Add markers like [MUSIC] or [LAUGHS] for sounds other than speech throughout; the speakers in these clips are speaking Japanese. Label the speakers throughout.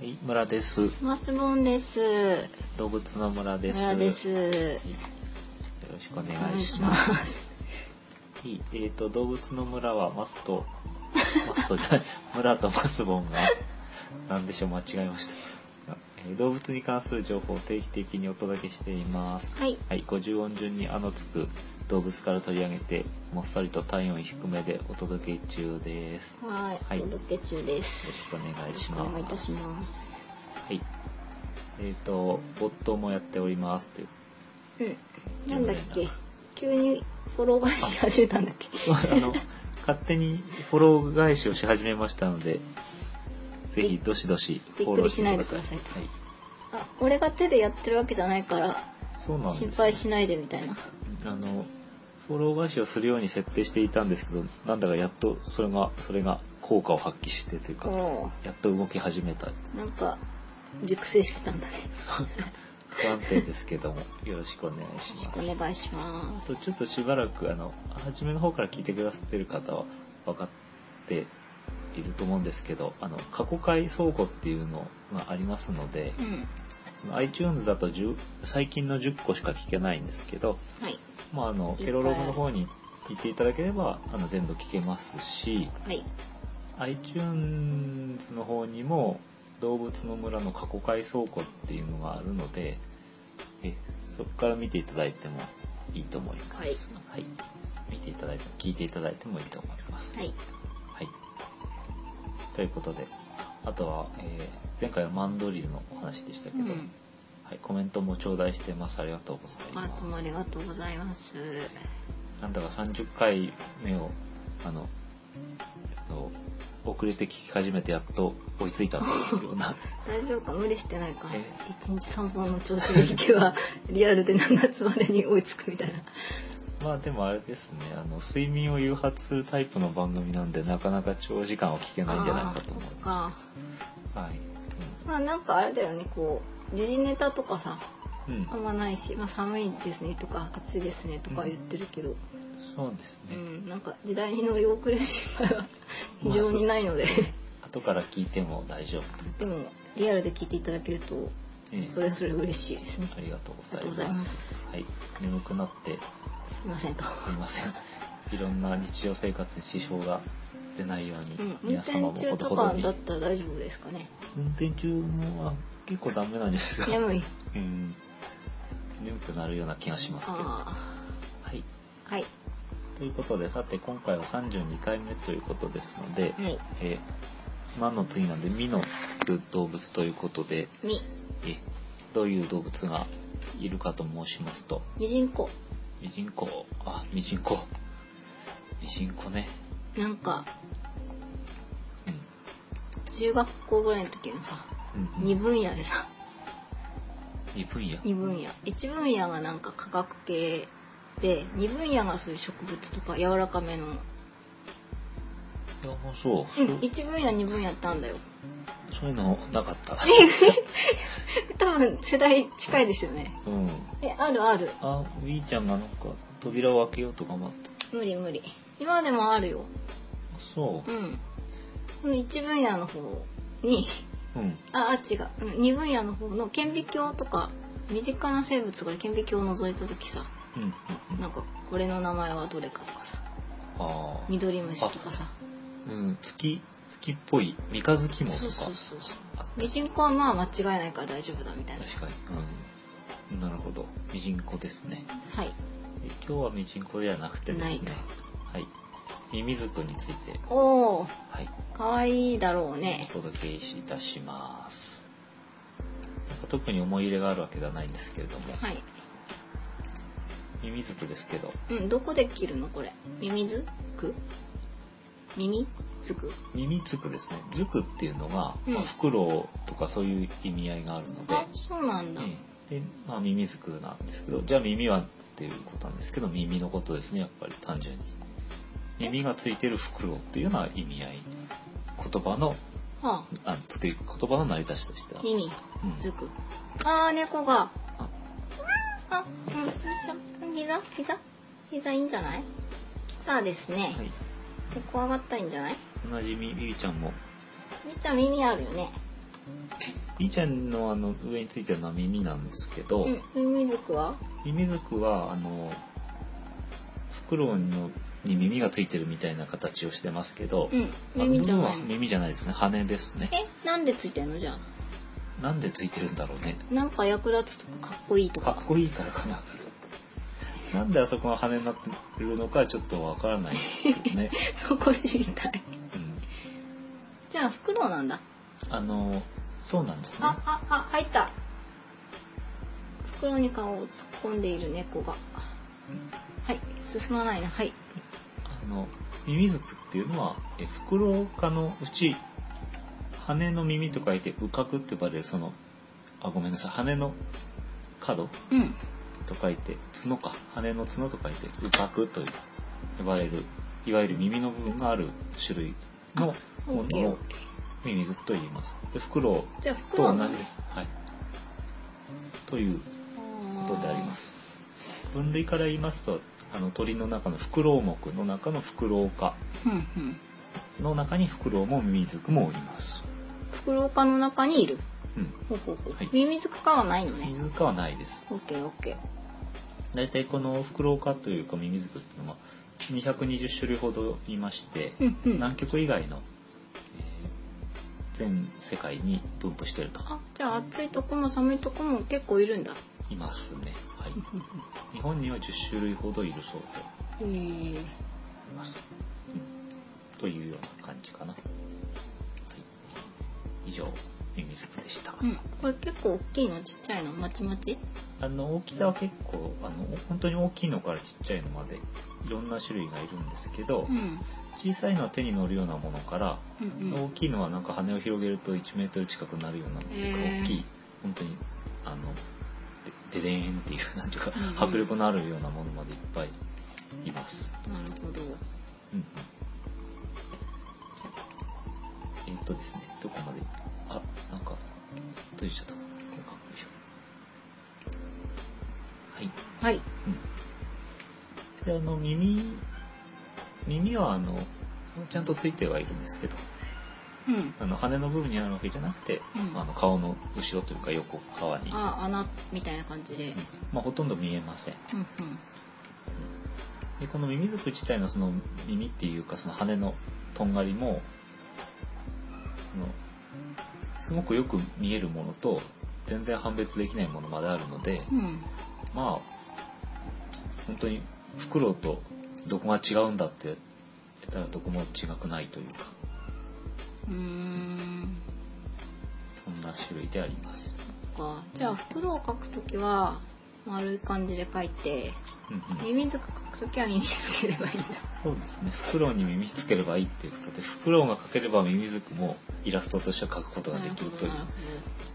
Speaker 1: はい、村です。
Speaker 2: マスボンです。
Speaker 1: 動物の村です。
Speaker 2: 村です。
Speaker 1: はい
Speaker 2: よ
Speaker 1: よろしくお願いします。
Speaker 2: す。
Speaker 1: はい、えーと、動物の村はマスと。マスとじゃない、 [LAUGHS] 村とマスボンが。なんでしょう、間違えました。えー動物に関する情報を定期的にお届けしています。
Speaker 2: はい
Speaker 1: はい、50音順にあのつく動物から取り上げて、もっさりと体温低めでお届け中です。よ
Speaker 2: はい、
Speaker 1: はい
Speaker 2: お届け中です。
Speaker 1: ろしくお願いし
Speaker 2: お願いいた
Speaker 1: ます。
Speaker 2: します。
Speaker 1: はい。えっ、と、ボットもやっておりますという。
Speaker 2: うん。なんだっけ。急にフォローがし始めたんだっけ。
Speaker 1: そうあの、勝手にフォロー返しをし始めましたので、ぜひどしどしフォローして
Speaker 2: びっくりしないでください
Speaker 1: はい。
Speaker 2: あ、俺が手でやってるわけじゃないから、
Speaker 1: そうなんです、
Speaker 2: 心配しないでみたいな。
Speaker 1: あの、フォロー返しをするように設定していたんですけど、なんだかやっとそれが、それが効果を発揮してというか、
Speaker 2: お
Speaker 1: やっと動き始めた。
Speaker 2: う、なんか熟成してたんだね。
Speaker 1: 不安定ですけども、よろしくお願い
Speaker 2: よろ
Speaker 1: し
Speaker 2: し
Speaker 1: ま
Speaker 2: く
Speaker 1: す。
Speaker 2: お願いしま
Speaker 1: あと
Speaker 2: す。
Speaker 1: ちょっとしばらくあの初めの方から聞いてくださってる方は分かっていると思うんですけどあの過去回倉庫っていうのがありますので
Speaker 2: うん。
Speaker 1: iTunes だと10最近の10個しか聞けないんですけど、
Speaker 2: はい。
Speaker 1: まあ、あの
Speaker 2: いっぱい
Speaker 1: ケロログの方に行っていただければあの全部聞けますし
Speaker 2: はい。
Speaker 1: iTunes の方にも動物の村の過去回倉庫っていうのがあるのでえそこから見ていただいてもいいと思います、はい見ていただいても聞いていただいてもいいと思います、
Speaker 2: はい。
Speaker 1: はいということであとは、えー前回はマンドリルのお話でしたけ
Speaker 2: う
Speaker 1: ど、
Speaker 2: ん。
Speaker 1: はい、コメントも頂戴してますありがとうござい
Speaker 2: あ、
Speaker 1: ま
Speaker 2: どうもありがとうございま
Speaker 1: す
Speaker 2: す。
Speaker 1: なんだか30回目をあのあの遅れて聞き始めてやっと追いついたと
Speaker 2: [LAUGHS]
Speaker 1: いうような
Speaker 2: 大丈夫か無理してないから
Speaker 1: え
Speaker 2: 一日三本の調子でい
Speaker 1: [LAUGHS]
Speaker 2: けばリアルで7月までに追いつくみたいな
Speaker 1: まあでもあれですねあの睡眠を誘発するタイプの番組なんでなかなか長時間は聞けないんじゃないかと思い
Speaker 2: あーそ
Speaker 1: ま
Speaker 2: っか
Speaker 1: すはい
Speaker 2: まあなんかあれだよねこう時事ネタとかさ
Speaker 1: うん、うん
Speaker 2: あんまないし、まあ、寒いですねとか暑いですねとか言ってるけど、
Speaker 1: そうです
Speaker 2: う
Speaker 1: ね、
Speaker 2: んなんか時代に乗り遅れる心配
Speaker 1: [LAUGHS]
Speaker 2: は非常にないので、
Speaker 1: 後から聞いても大丈夫
Speaker 2: でもリアルで聞いていただけると
Speaker 1: ええ
Speaker 2: それはそれ嬉しいですね
Speaker 1: ありがとうござ
Speaker 2: ありがとうご
Speaker 1: い
Speaker 2: ざい
Speaker 1: ま
Speaker 2: ますす
Speaker 1: はい眠くなって
Speaker 2: すいませんと。
Speaker 1: すいませんいろんな日常生活に支障が出ないよう
Speaker 2: う
Speaker 1: に
Speaker 2: ん、運
Speaker 1: 皆様
Speaker 2: 転
Speaker 1: もほど
Speaker 2: 中と
Speaker 1: ほど
Speaker 2: か
Speaker 1: に
Speaker 2: だったら大丈夫ですかね。
Speaker 1: 運転中もあ結構ダメなんじゃないですか
Speaker 2: 眠い。
Speaker 1: うん眠くなるような気がしますけどは
Speaker 2: あ
Speaker 1: い
Speaker 2: あ、はい、
Speaker 1: ということでさて今回は32回目ということですので
Speaker 2: はい、
Speaker 1: 「えーま」の次なんで「み」のつく動物ということで、
Speaker 2: み、
Speaker 1: えーどういう動物がいるかと申しますと
Speaker 2: ミジンコ。
Speaker 1: ミジンコあミジンコミジンコね
Speaker 2: なんか
Speaker 1: うん
Speaker 2: 中学校ぐらいの時のさ、
Speaker 1: うんう
Speaker 2: 二
Speaker 1: ん
Speaker 2: 分野でさ、 [LAUGHS]
Speaker 1: 二分野
Speaker 2: 二分野、一分野がなんか科学系で、二分野がそういう植物とか柔らかめの、
Speaker 1: いやもうそう、
Speaker 2: うん、一分野二分野ってあんだよ。 [LAUGHS]
Speaker 1: そそういうのなかった
Speaker 2: 多分世代近いですよね。
Speaker 1: うん
Speaker 2: え、あるある。
Speaker 1: あウィーちゃんがなんか扉を開けようと頑張った
Speaker 2: 無理無理。今でもあるよ。
Speaker 1: あそう
Speaker 2: うん。この一分野の方に、
Speaker 1: うん
Speaker 2: あ、あ、違ううん。二分野の方の顕微鏡とか、身近な生物から顕微鏡を覗いた時さ、
Speaker 1: うんうんうん
Speaker 2: なんかこれの名前はどれかとかさ
Speaker 1: ああ
Speaker 2: 緑虫とかさ
Speaker 1: うん月月っぽい三日月もとか
Speaker 2: そうそうそうそう
Speaker 1: あった
Speaker 2: ミジンコはまあ間違いないから大丈夫だみたいな
Speaker 1: 確かに、うん、なるほどミジンコですね
Speaker 2: はい
Speaker 1: え今日はミジンコではなくてですね
Speaker 2: な
Speaker 1: は
Speaker 2: い
Speaker 1: いミミズクについて
Speaker 2: おお
Speaker 1: はい
Speaker 2: かわいいだろうね
Speaker 1: お届けいたしますなんか特に思い入れがあるわけではないんですけれども、
Speaker 2: はい
Speaker 1: ミミズクですけど
Speaker 2: うんどこで切るのこれミミズクミミズク
Speaker 1: ミミズクですねズクっていうのが、
Speaker 2: うん
Speaker 1: まあ、フクロウとかそういう意味合いがあるので
Speaker 2: あそうなんだ、
Speaker 1: ええで、まあ、ミミズクなんですけどじゃあ耳はっていうことなんですけど耳のことですねやっぱり単純に耳がついてるフクロウっていうような意味合い言葉の
Speaker 2: は
Speaker 1: あ作り言葉の成り立ちとしては
Speaker 2: あ、ミミ
Speaker 1: うん
Speaker 2: ズクあー猫が
Speaker 1: あ
Speaker 2: あうんよいしょ膝膝膝いいんじゃない来たですね、
Speaker 1: はい、
Speaker 2: ここ上がったらいいんじゃない
Speaker 1: おなじみゆいちゃんも
Speaker 2: みっちゃん耳あるよね
Speaker 1: いーちゃんのあの上についてるのは耳なんですけど、
Speaker 2: うん、ミミズクは
Speaker 1: 耳づくはあのフクロウのに耳がついてるみたいな形をしてますけど、
Speaker 2: うん、
Speaker 1: あ
Speaker 2: 耳じゃ
Speaker 1: 部分
Speaker 2: な
Speaker 1: はい
Speaker 2: の。
Speaker 1: 耳じゃないですね羽ですね
Speaker 2: え、なんでついてんのじゃあ。
Speaker 1: なんでついてるんだろうね
Speaker 2: なんか役立つとかかっこいいと
Speaker 1: か
Speaker 2: か
Speaker 1: っ。こいいからかななんであそこが羽になってるのかはちょっとわからないですけど
Speaker 2: [LAUGHS]
Speaker 1: ね、
Speaker 2: そこ知りたい。
Speaker 1: うん、
Speaker 2: じゃあ、フクロウなんだ。
Speaker 1: あのそうなんですね
Speaker 2: あ、あ、あ、入った。フクロウに顔を突っ込んでいる猫が。はい、進まないな。はい。
Speaker 1: あのミミズクっていうのはえフクロウ科のうち羽の耳と書いて羽角って呼ばれるそのあごめんなさい羽の角
Speaker 2: うん。
Speaker 1: と書いて角か羽の角と書いて羽角と呼ばれるいわゆる耳の部分がある種類のも
Speaker 2: オッケ
Speaker 1: の
Speaker 2: ーオ
Speaker 1: を
Speaker 2: ッケー。
Speaker 1: ミミズクと言います。でフクロ
Speaker 2: じゃあ、フ
Speaker 1: ウ
Speaker 2: クロ
Speaker 1: と
Speaker 2: ウ
Speaker 1: 同
Speaker 2: な
Speaker 1: じ
Speaker 2: ん
Speaker 1: で
Speaker 2: だ。。
Speaker 1: す。はい、ということでありますす。分類から言いますとあの鳥の中のフクロウ目の中のフクロウ科
Speaker 2: うんうん。
Speaker 1: の中にフクロウもミミズクもいます。
Speaker 2: フクロウ科の中にいる。
Speaker 1: うん、
Speaker 2: ほうほうほう。
Speaker 1: はい
Speaker 2: ミミズク科はないの
Speaker 1: ミ
Speaker 2: ね。
Speaker 1: ミズクはないです。
Speaker 2: オッケーオッケー。
Speaker 1: 大体このフクロウ科というかミミズクっていうのは220種類ほどいまして、
Speaker 2: うんうん。
Speaker 1: 南極以外の、えー全世界に分布してると
Speaker 2: あ、じゃあ暑いとこも寒いとこも結構いるんだ。
Speaker 1: いますね、はい、日本には10種類ほどいるそうで
Speaker 2: えー、
Speaker 1: います、うんというような感じかな、はい、以上ミミズクでした、
Speaker 2: うん。これ結構大きいの、ちっちゃいの、まちまち。
Speaker 1: あの大きさは結構あの本当に大きいのからちっちゃいのまでいろんな種類がいるんですけど、
Speaker 2: うん。
Speaker 1: 小さいのは手に乗るようなものから
Speaker 2: うんうん。
Speaker 1: 大きいのはなんか羽を広げると1メートル近くなるようなっていうか
Speaker 2: へー
Speaker 1: 大きい本当にあのでででーんっていうなんていうか
Speaker 2: うんうん
Speaker 1: 迫力のあるようなものまでいっぱいいます。
Speaker 2: なるほど。
Speaker 1: うんうんえーっとですねどこまであなんか閉じちゃったこれかよいしょはい。
Speaker 2: はい。
Speaker 1: であの耳耳はあのちゃんとついてはいるんですけど
Speaker 2: うん。
Speaker 1: あの羽の部分にあるわけじゃなくて、
Speaker 2: うん
Speaker 1: あの顔の後ろというか横側に、
Speaker 2: あ、穴みたいな感じで。
Speaker 1: まあ、ほとんど見えません
Speaker 2: うんうん。
Speaker 1: でこのミミズク自体のその耳っていうかその羽のとんがりもそのすごくよく見えるものと全然判別できないものまであるので、
Speaker 2: うん。
Speaker 1: まあ本当にフクロウとどこが違うんだって言ったらどこも違くないというか
Speaker 2: うーん。
Speaker 1: そんな種類であります。
Speaker 2: そっか。じゃあ、袋を描くときは、丸い感じで描いて、
Speaker 1: うんうん
Speaker 2: ミミズク描くときはミミズければいいんだ。
Speaker 1: そうですね。フクロウに耳つければいいっていうことで、フクロウが描ければミミズクもイラストとして描くことが
Speaker 2: な
Speaker 1: で
Speaker 2: る
Speaker 1: き
Speaker 2: ほ
Speaker 1: る
Speaker 2: ど、
Speaker 1: という
Speaker 2: なる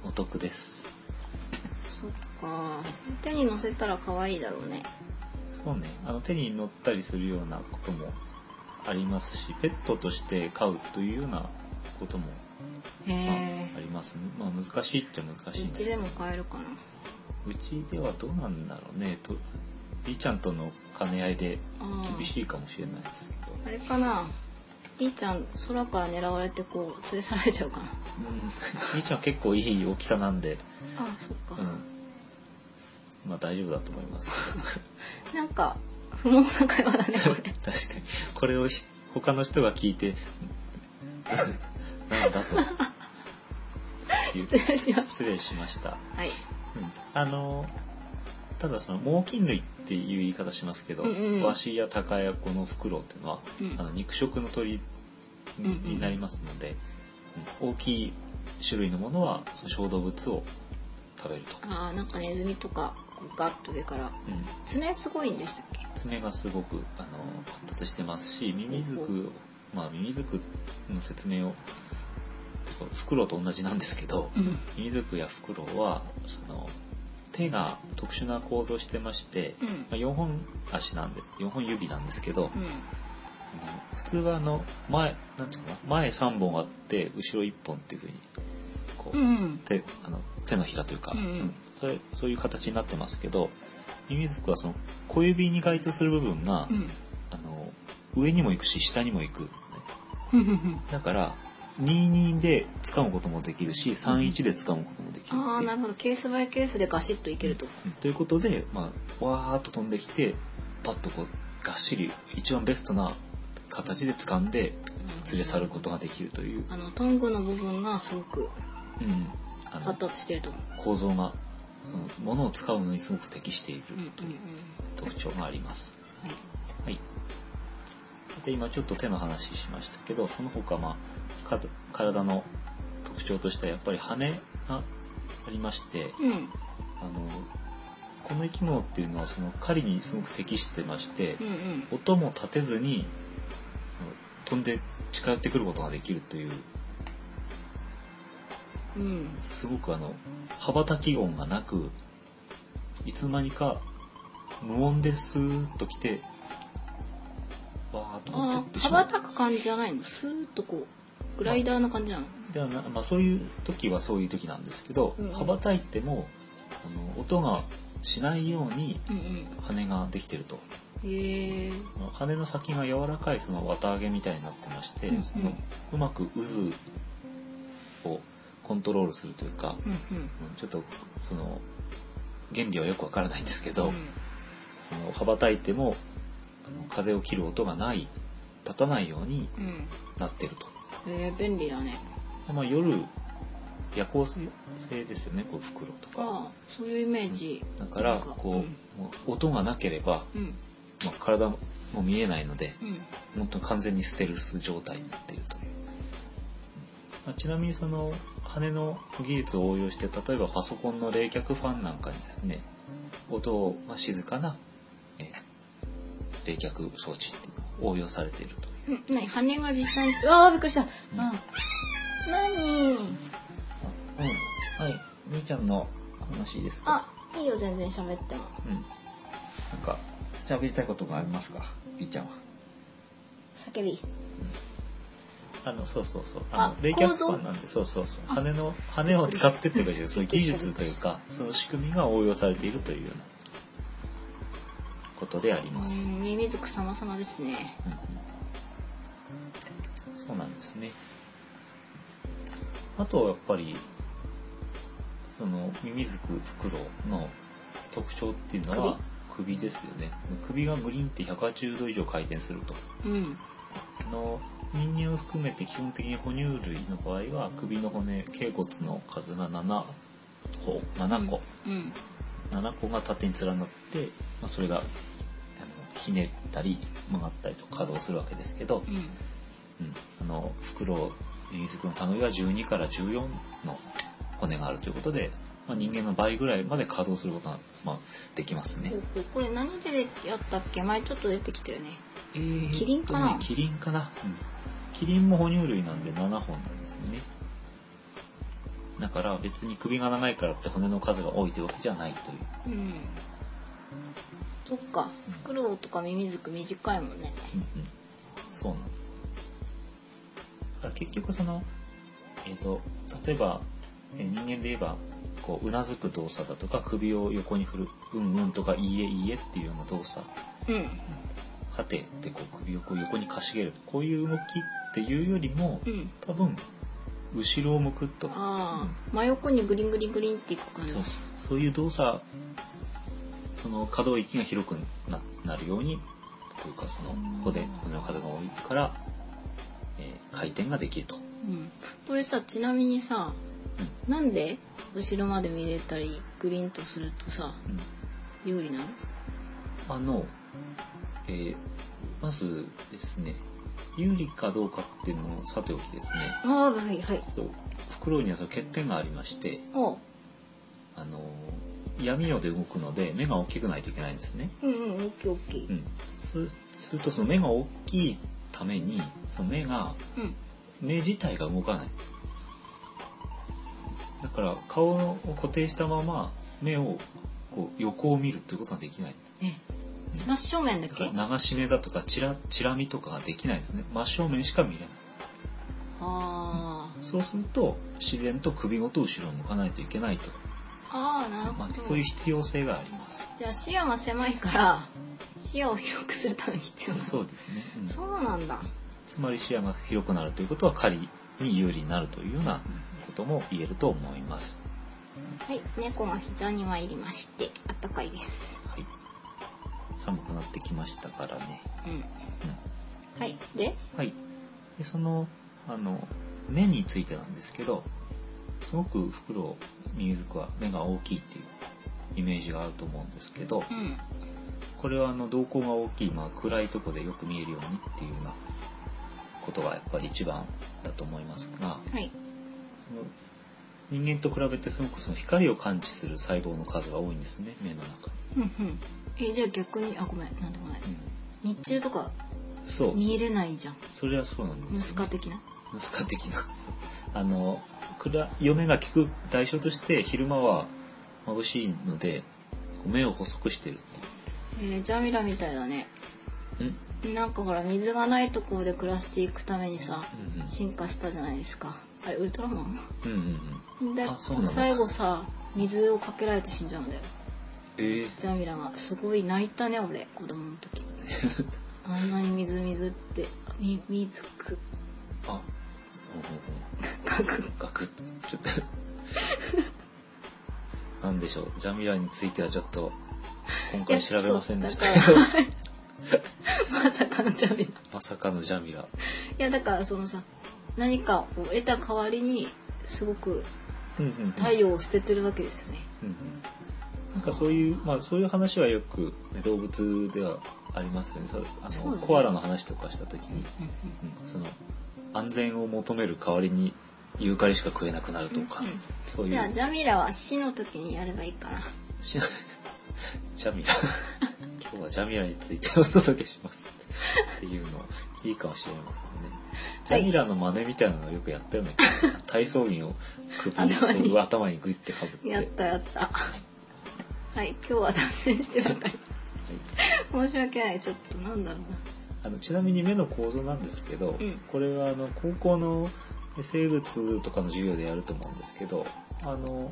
Speaker 2: ほ
Speaker 1: お得です。
Speaker 2: ど。そっか。手に乗せたら可愛いだろうね。
Speaker 1: そうね。あの手に乗ったりするようなこともありますし、ペットとして飼うというようなことも、
Speaker 2: へ
Speaker 1: まあ
Speaker 2: え。、
Speaker 1: ありますね。まあ難しいっちゃ難しいん
Speaker 2: う
Speaker 1: です
Speaker 2: ち
Speaker 1: け
Speaker 2: で
Speaker 1: ど
Speaker 2: も買えるかな。
Speaker 1: うちではどうなんだろうね。と、りーちゃんとの兼ね合いで
Speaker 2: あ
Speaker 1: 厳
Speaker 2: ー
Speaker 1: しいかもしれないですけど。
Speaker 2: あれかな。りーちゃん空から狙われてこう連れ去られちゃうかな。
Speaker 1: うん。 [LAUGHS] りーちゃんは結構いい大きさなんで、
Speaker 2: あーそっか。
Speaker 1: うん、まあ大丈夫だと思います [LAUGHS]
Speaker 2: なんか不毛な会話だね
Speaker 1: けど
Speaker 2: こ
Speaker 1: 確か
Speaker 2: れ。
Speaker 1: にこれをひ他の人が聞いてなんだと
Speaker 2: [LAUGHS]
Speaker 1: いう
Speaker 2: [LAUGHS] 失礼しまし
Speaker 1: 失礼しました、
Speaker 2: た。はい。
Speaker 1: うん、あのただその猛禽類っていう言い方しますけど、
Speaker 2: うんうん
Speaker 1: ワシやタカやこのフクロウっていうのは、
Speaker 2: うん
Speaker 1: あの肉食の鳥
Speaker 2: うんうん
Speaker 1: になりますので、うん大きい種類のものはその小動物を食べると、
Speaker 2: あーなんかネズミとかこうガッと上から
Speaker 1: うん、
Speaker 2: 爪すごいんでしたっけ？
Speaker 1: 爪がすごくあの発達してますしミミズクまあミミズクの説明をてかフクロウと同じなんですけど
Speaker 2: うん。
Speaker 1: ミミズクやフクロウはその手が特殊な構造をしてまして、
Speaker 2: うん
Speaker 1: まあ、4本足なんです4本指なんですけど、
Speaker 2: うん。
Speaker 1: あの普通はあの前なんていうかな前3本あって後ろ1本っていうふうにこう、
Speaker 2: うん。
Speaker 1: 手あの手のひらというか、
Speaker 2: うん
Speaker 1: それそういう形になってますけどミミズクはその小指に該当する部分が、
Speaker 2: うん。
Speaker 1: あの上にも行くし下にも行く、ね、
Speaker 2: うん。
Speaker 1: だから22で掴むこともできるし31で掴むこともできる
Speaker 2: あ
Speaker 1: っ
Speaker 2: あ
Speaker 1: てい
Speaker 2: な
Speaker 1: う
Speaker 2: るほどケースバイケースでガシッといけると
Speaker 1: うんということで、まあ、わーっと飛んできてパッとこうがっしり一番ベストな形で掴んで連れ去ることができるという、
Speaker 2: あのトングの部分がすごく
Speaker 1: うん、あの
Speaker 2: 発達してると思
Speaker 1: 構造がそのものを使うのにすごく適している
Speaker 2: う、うんうんうん
Speaker 1: 特徴があります。
Speaker 2: はい、
Speaker 1: はい、で今ちょっと手の話しましたけどその他、まあ、か体の特徴としてはやっぱり羽がありまして
Speaker 2: うん
Speaker 1: あのこの生き物っていうのはその狩りにすごく適してまして
Speaker 2: うんうん
Speaker 1: 音も立てずにあの飛んで近寄ってくることができるという
Speaker 2: うん
Speaker 1: すごくあの羽ばたき音がなくいつの間にか無音でスーッと来てわーっと持っ
Speaker 2: あ
Speaker 1: てって
Speaker 2: あ
Speaker 1: し
Speaker 2: 羽
Speaker 1: ま
Speaker 2: ば
Speaker 1: う。
Speaker 2: たく感じじゃないのスーッとこうグライダーな感じなの
Speaker 1: ではなまあ、そういう時はそういう時なんですけど、
Speaker 2: うんうん
Speaker 1: 羽ばたいてもあの音がしないように
Speaker 2: うんうん
Speaker 1: 羽ができてると
Speaker 2: へえ
Speaker 1: あの羽の先が柔らかいその綿揚げみたいになってまして、
Speaker 2: うんうん
Speaker 1: そのうまく渦をコントロールするというか、
Speaker 2: うん
Speaker 1: うんちょっとその原理はよくわからないんですけ
Speaker 2: う
Speaker 1: ど、
Speaker 2: んうん
Speaker 1: その羽ばたいてもあの風を切る音がない立たないように
Speaker 2: うん
Speaker 1: なってると。
Speaker 2: えー、便利だね
Speaker 1: でまあ、夜夜行性ですよねこう袋とか。
Speaker 2: ああそういうイメージ、
Speaker 1: だから
Speaker 2: なんか
Speaker 1: こう、もう音がなければ、
Speaker 2: うん
Speaker 1: まあ、体も見えないので
Speaker 2: うん
Speaker 1: 本当に完全にステルス状態になっているという、まあ、ちなみにその羽の技術を応用して例えばパソコンの冷却ファンなんかにですね音をまあ静かな、えー冷却装置っていうのを応用されているという
Speaker 2: うん何羽が実際につああびっくりした、うん、何
Speaker 1: うんはいみーちゃんの話いいですか
Speaker 2: あいいよ全然喋っても
Speaker 1: うんなんか喋りたいことがありますかみーちゃんは
Speaker 2: 叫び
Speaker 1: あのそうそうそう
Speaker 2: あ
Speaker 1: あの冷却
Speaker 2: 構造
Speaker 1: ファンなんでそうそうそう羽の羽を使ってっていうかじゃあそういう技術というかその仕組みが応用されているというようなことであります、
Speaker 2: うんミミズク様様ですね
Speaker 1: うんうんそうなんですねあとはやっぱりそのミミズクフクロウの特徴っていうのは首ですよね首が無輪って180度以上回転すると
Speaker 2: うん
Speaker 1: あの人間を含めて基本的に哺乳類の場合は首の骨頸骨の数が7個7個、
Speaker 2: うん
Speaker 1: 7個が縦に連なって、まあ、それがあのひねったり曲がったりと稼働するわけですけど
Speaker 2: う、ん
Speaker 1: うん、あのフクロウミミズクの類は12から14の骨があるということで、まあ、人間の倍ぐらいまで稼働することが、まあ、できますね
Speaker 2: ほう。ほうこれ何でやったっけ前ちょっと出てきたよね
Speaker 1: えー
Speaker 2: キリンかな
Speaker 1: えっとねキリンかな、うん、キリンも哺乳類なんで7本なんですねだから別に首が長いからって骨の数が多いというわけじゃないという
Speaker 2: うんそっかフクロウとかミミズク短いもんね
Speaker 1: うんうんそうなのだから結局そのえっ、と例えばえー人間で言えばこううなずく動作だとか首を横に振る「うんうん」とか「いいえいいえ」っていうような動作
Speaker 2: うん
Speaker 1: 「はて」ってこう首をこう横にかしげるこういう動きっていうよりも
Speaker 2: うん
Speaker 1: 多分後ろを向くとか
Speaker 2: ああ真横にグリングリングリンっていく感じ
Speaker 1: そうそういう動作その可動域が広くななるようにというかその骨骨の数が多いから、えー回転ができると、
Speaker 2: うんこれさちなみにさ
Speaker 1: う
Speaker 2: なんで後ろまで見れたりグリンとするとさ
Speaker 1: んうん
Speaker 2: 有利なの
Speaker 1: あの、えーまずですね有利かどうかっていうのをさておきですね
Speaker 2: ああはいはい
Speaker 1: そうフクロウにはその欠点がありまして
Speaker 2: おう
Speaker 1: あのー闇夜で動くので目が大きくないといけないんですね。
Speaker 2: うんうんオッケーオッケ
Speaker 1: う
Speaker 2: ー
Speaker 1: ん、そうするとその目が大きいためにその目が
Speaker 2: うん
Speaker 1: 目自体が動かないだから顔を固定したまま目をこう横を見るっていうことができない
Speaker 2: ね真正面だっ
Speaker 1: だか
Speaker 2: け
Speaker 1: ら流し目だとかチラチラ見とかができないですね真正面しか見れない
Speaker 2: あー
Speaker 1: そうすると自然と首ごと後ろを向かないといけないと、
Speaker 2: あーなるほ
Speaker 1: ま
Speaker 2: ど
Speaker 1: あ、そういう必要性があります
Speaker 2: じゃあ視野が狭いから視野を広くするために必要なの
Speaker 1: そうですね、うん
Speaker 2: そうなんだ
Speaker 1: つまり視野が広くなるということは狩りに有利になるというようなことも言えると思います。
Speaker 2: はい、猫が膝に参りまして、あったかいです。
Speaker 1: はい、寒くなってきましたからね。
Speaker 2: うん。
Speaker 1: う
Speaker 2: はい、で、
Speaker 1: ん、はい。でそのあの目についてなんですけど、すごくフクロウミミズクは目が大きいっていうイメージがあると思うんですけど、
Speaker 2: うん、
Speaker 1: これはあの瞳孔が大きい、まあ、暗いとこでよく見えるようにっていうようなことがやっぱり一番だと思いますが
Speaker 2: はい、
Speaker 1: その人間と比べてすごくその光を感知する細胞の数が多いんですね目の中
Speaker 2: うんうん。え、じゃあ逆に、あ、ごめん、なんでもない。
Speaker 1: に、
Speaker 2: 日中とか
Speaker 1: そう
Speaker 2: 見えれないじゃん。
Speaker 1: それはそうなんですよ
Speaker 2: ム
Speaker 1: ね
Speaker 2: スカ的な。
Speaker 1: ムスカ的なそうあの暗嫁が聞く代償として昼間は眩しいのでこう目を細くしてるっ
Speaker 2: えー、ジャミラみたいだね。
Speaker 1: ていう、
Speaker 2: なんかほら、水がないところで暮らしていくためにさ、
Speaker 1: うん
Speaker 2: 進化したじゃないですか。あれ、ウルトラマン
Speaker 1: うんうんうんうん
Speaker 2: で
Speaker 1: あそうなの
Speaker 2: 最後さ、水をかけられて死んじゃうんだよ。
Speaker 1: えー、
Speaker 2: ジャミラがすごい泣いたね俺子供の時あんなにみずみずってみみずく
Speaker 1: [LAUGHS] あうんうんうん
Speaker 2: かく [LAUGHS]
Speaker 1: ガクッとちょ [LAUGHS] っとなんでしょうジャミラについてはちょっと今回調べませんでした
Speaker 2: いや
Speaker 1: けど
Speaker 2: まさかのジャミラ
Speaker 1: [LAUGHS] まさかのジャミラ
Speaker 2: いやだからそのさ何かを得た代わりにすごく
Speaker 1: うんうんうん
Speaker 2: 太陽を捨ててるわけですね、
Speaker 1: うんうんなんかそういうまあそういう話はよく、ね、動物ではありますよねそうあ
Speaker 2: そう
Speaker 1: の
Speaker 2: だね
Speaker 1: コアラの話とかした時に、
Speaker 2: うん
Speaker 1: うんその安全を求める代わりにユーカリしか食えなくなるとか、
Speaker 2: うんうん
Speaker 1: そう
Speaker 2: うん
Speaker 1: いう
Speaker 2: じゃあジャミラは死の時にやればいいかな
Speaker 1: し [LAUGHS] ジャミラ [LAUGHS] 今日はジャミラについてお届けしますっていうのいいかもしれませんねジ
Speaker 2: はい
Speaker 1: ャミラの真似みたいなのよくやったよね
Speaker 2: [LAUGHS]
Speaker 1: 体操着を首
Speaker 2: 頭に
Speaker 1: を頭にグイってかぶって
Speaker 2: やったやったはい今日は脱線してばかり
Speaker 1: はい
Speaker 2: 申し訳ないちょっとなんだろ
Speaker 1: あのちなみに目の構造なんですけど、
Speaker 2: うん
Speaker 1: これはあの高校の生物とかの授業でやると思うんですけどあの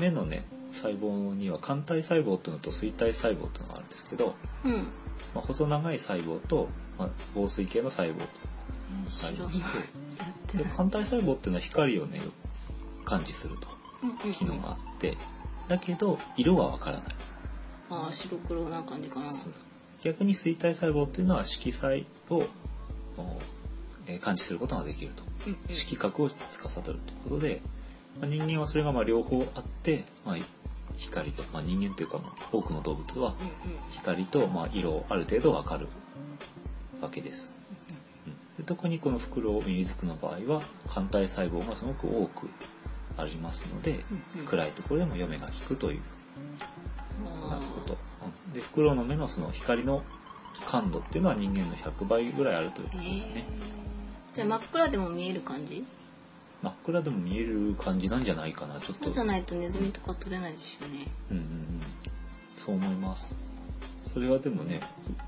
Speaker 1: 目のね細胞には肝体細胞っていうのと錐体細胞っていうのがあるんですけど、
Speaker 2: うなうん
Speaker 1: まあ、細長い細胞と、まあ、防水系の細胞と
Speaker 2: 知
Speaker 1: あ
Speaker 2: ら
Speaker 1: り
Speaker 2: ないや
Speaker 1: ま
Speaker 2: っ
Speaker 1: して
Speaker 2: て
Speaker 1: で
Speaker 2: ない
Speaker 1: 肝体細胞っていうのは光をね感知すると
Speaker 2: うんうんうん
Speaker 1: 機能があってだけど色がわからない
Speaker 2: ああ白黒な感じかな
Speaker 1: 逆に錐体細胞っていうのは色彩をおえー感知することができると
Speaker 2: うんうん
Speaker 1: 色覚を司るということで、まあ、人間はそれがまあ両方あって、まあ、光と、まあ、人間というかまあ多くの動物は
Speaker 2: うんうん
Speaker 1: 光とまあ色をある程度わかるわけです。で特にこのフクロウミミズクの場合は反対細胞がすごく多くありますので、
Speaker 2: うんうん
Speaker 1: 暗いところでも嫁が効くというような
Speaker 2: あ
Speaker 1: こと。うんでフクロウの目のその光の感度っていうのは人間の100倍ぐらいあるということ
Speaker 2: ー
Speaker 1: ですね。
Speaker 2: じゃあ真っ暗でも見える感じ
Speaker 1: 真っ暗でも見える感じなんじゃないかなちょっ
Speaker 2: そ
Speaker 1: と
Speaker 2: うじゃないとネズミとか取れないですよね
Speaker 1: うんうんうんそう思いますそれはでもね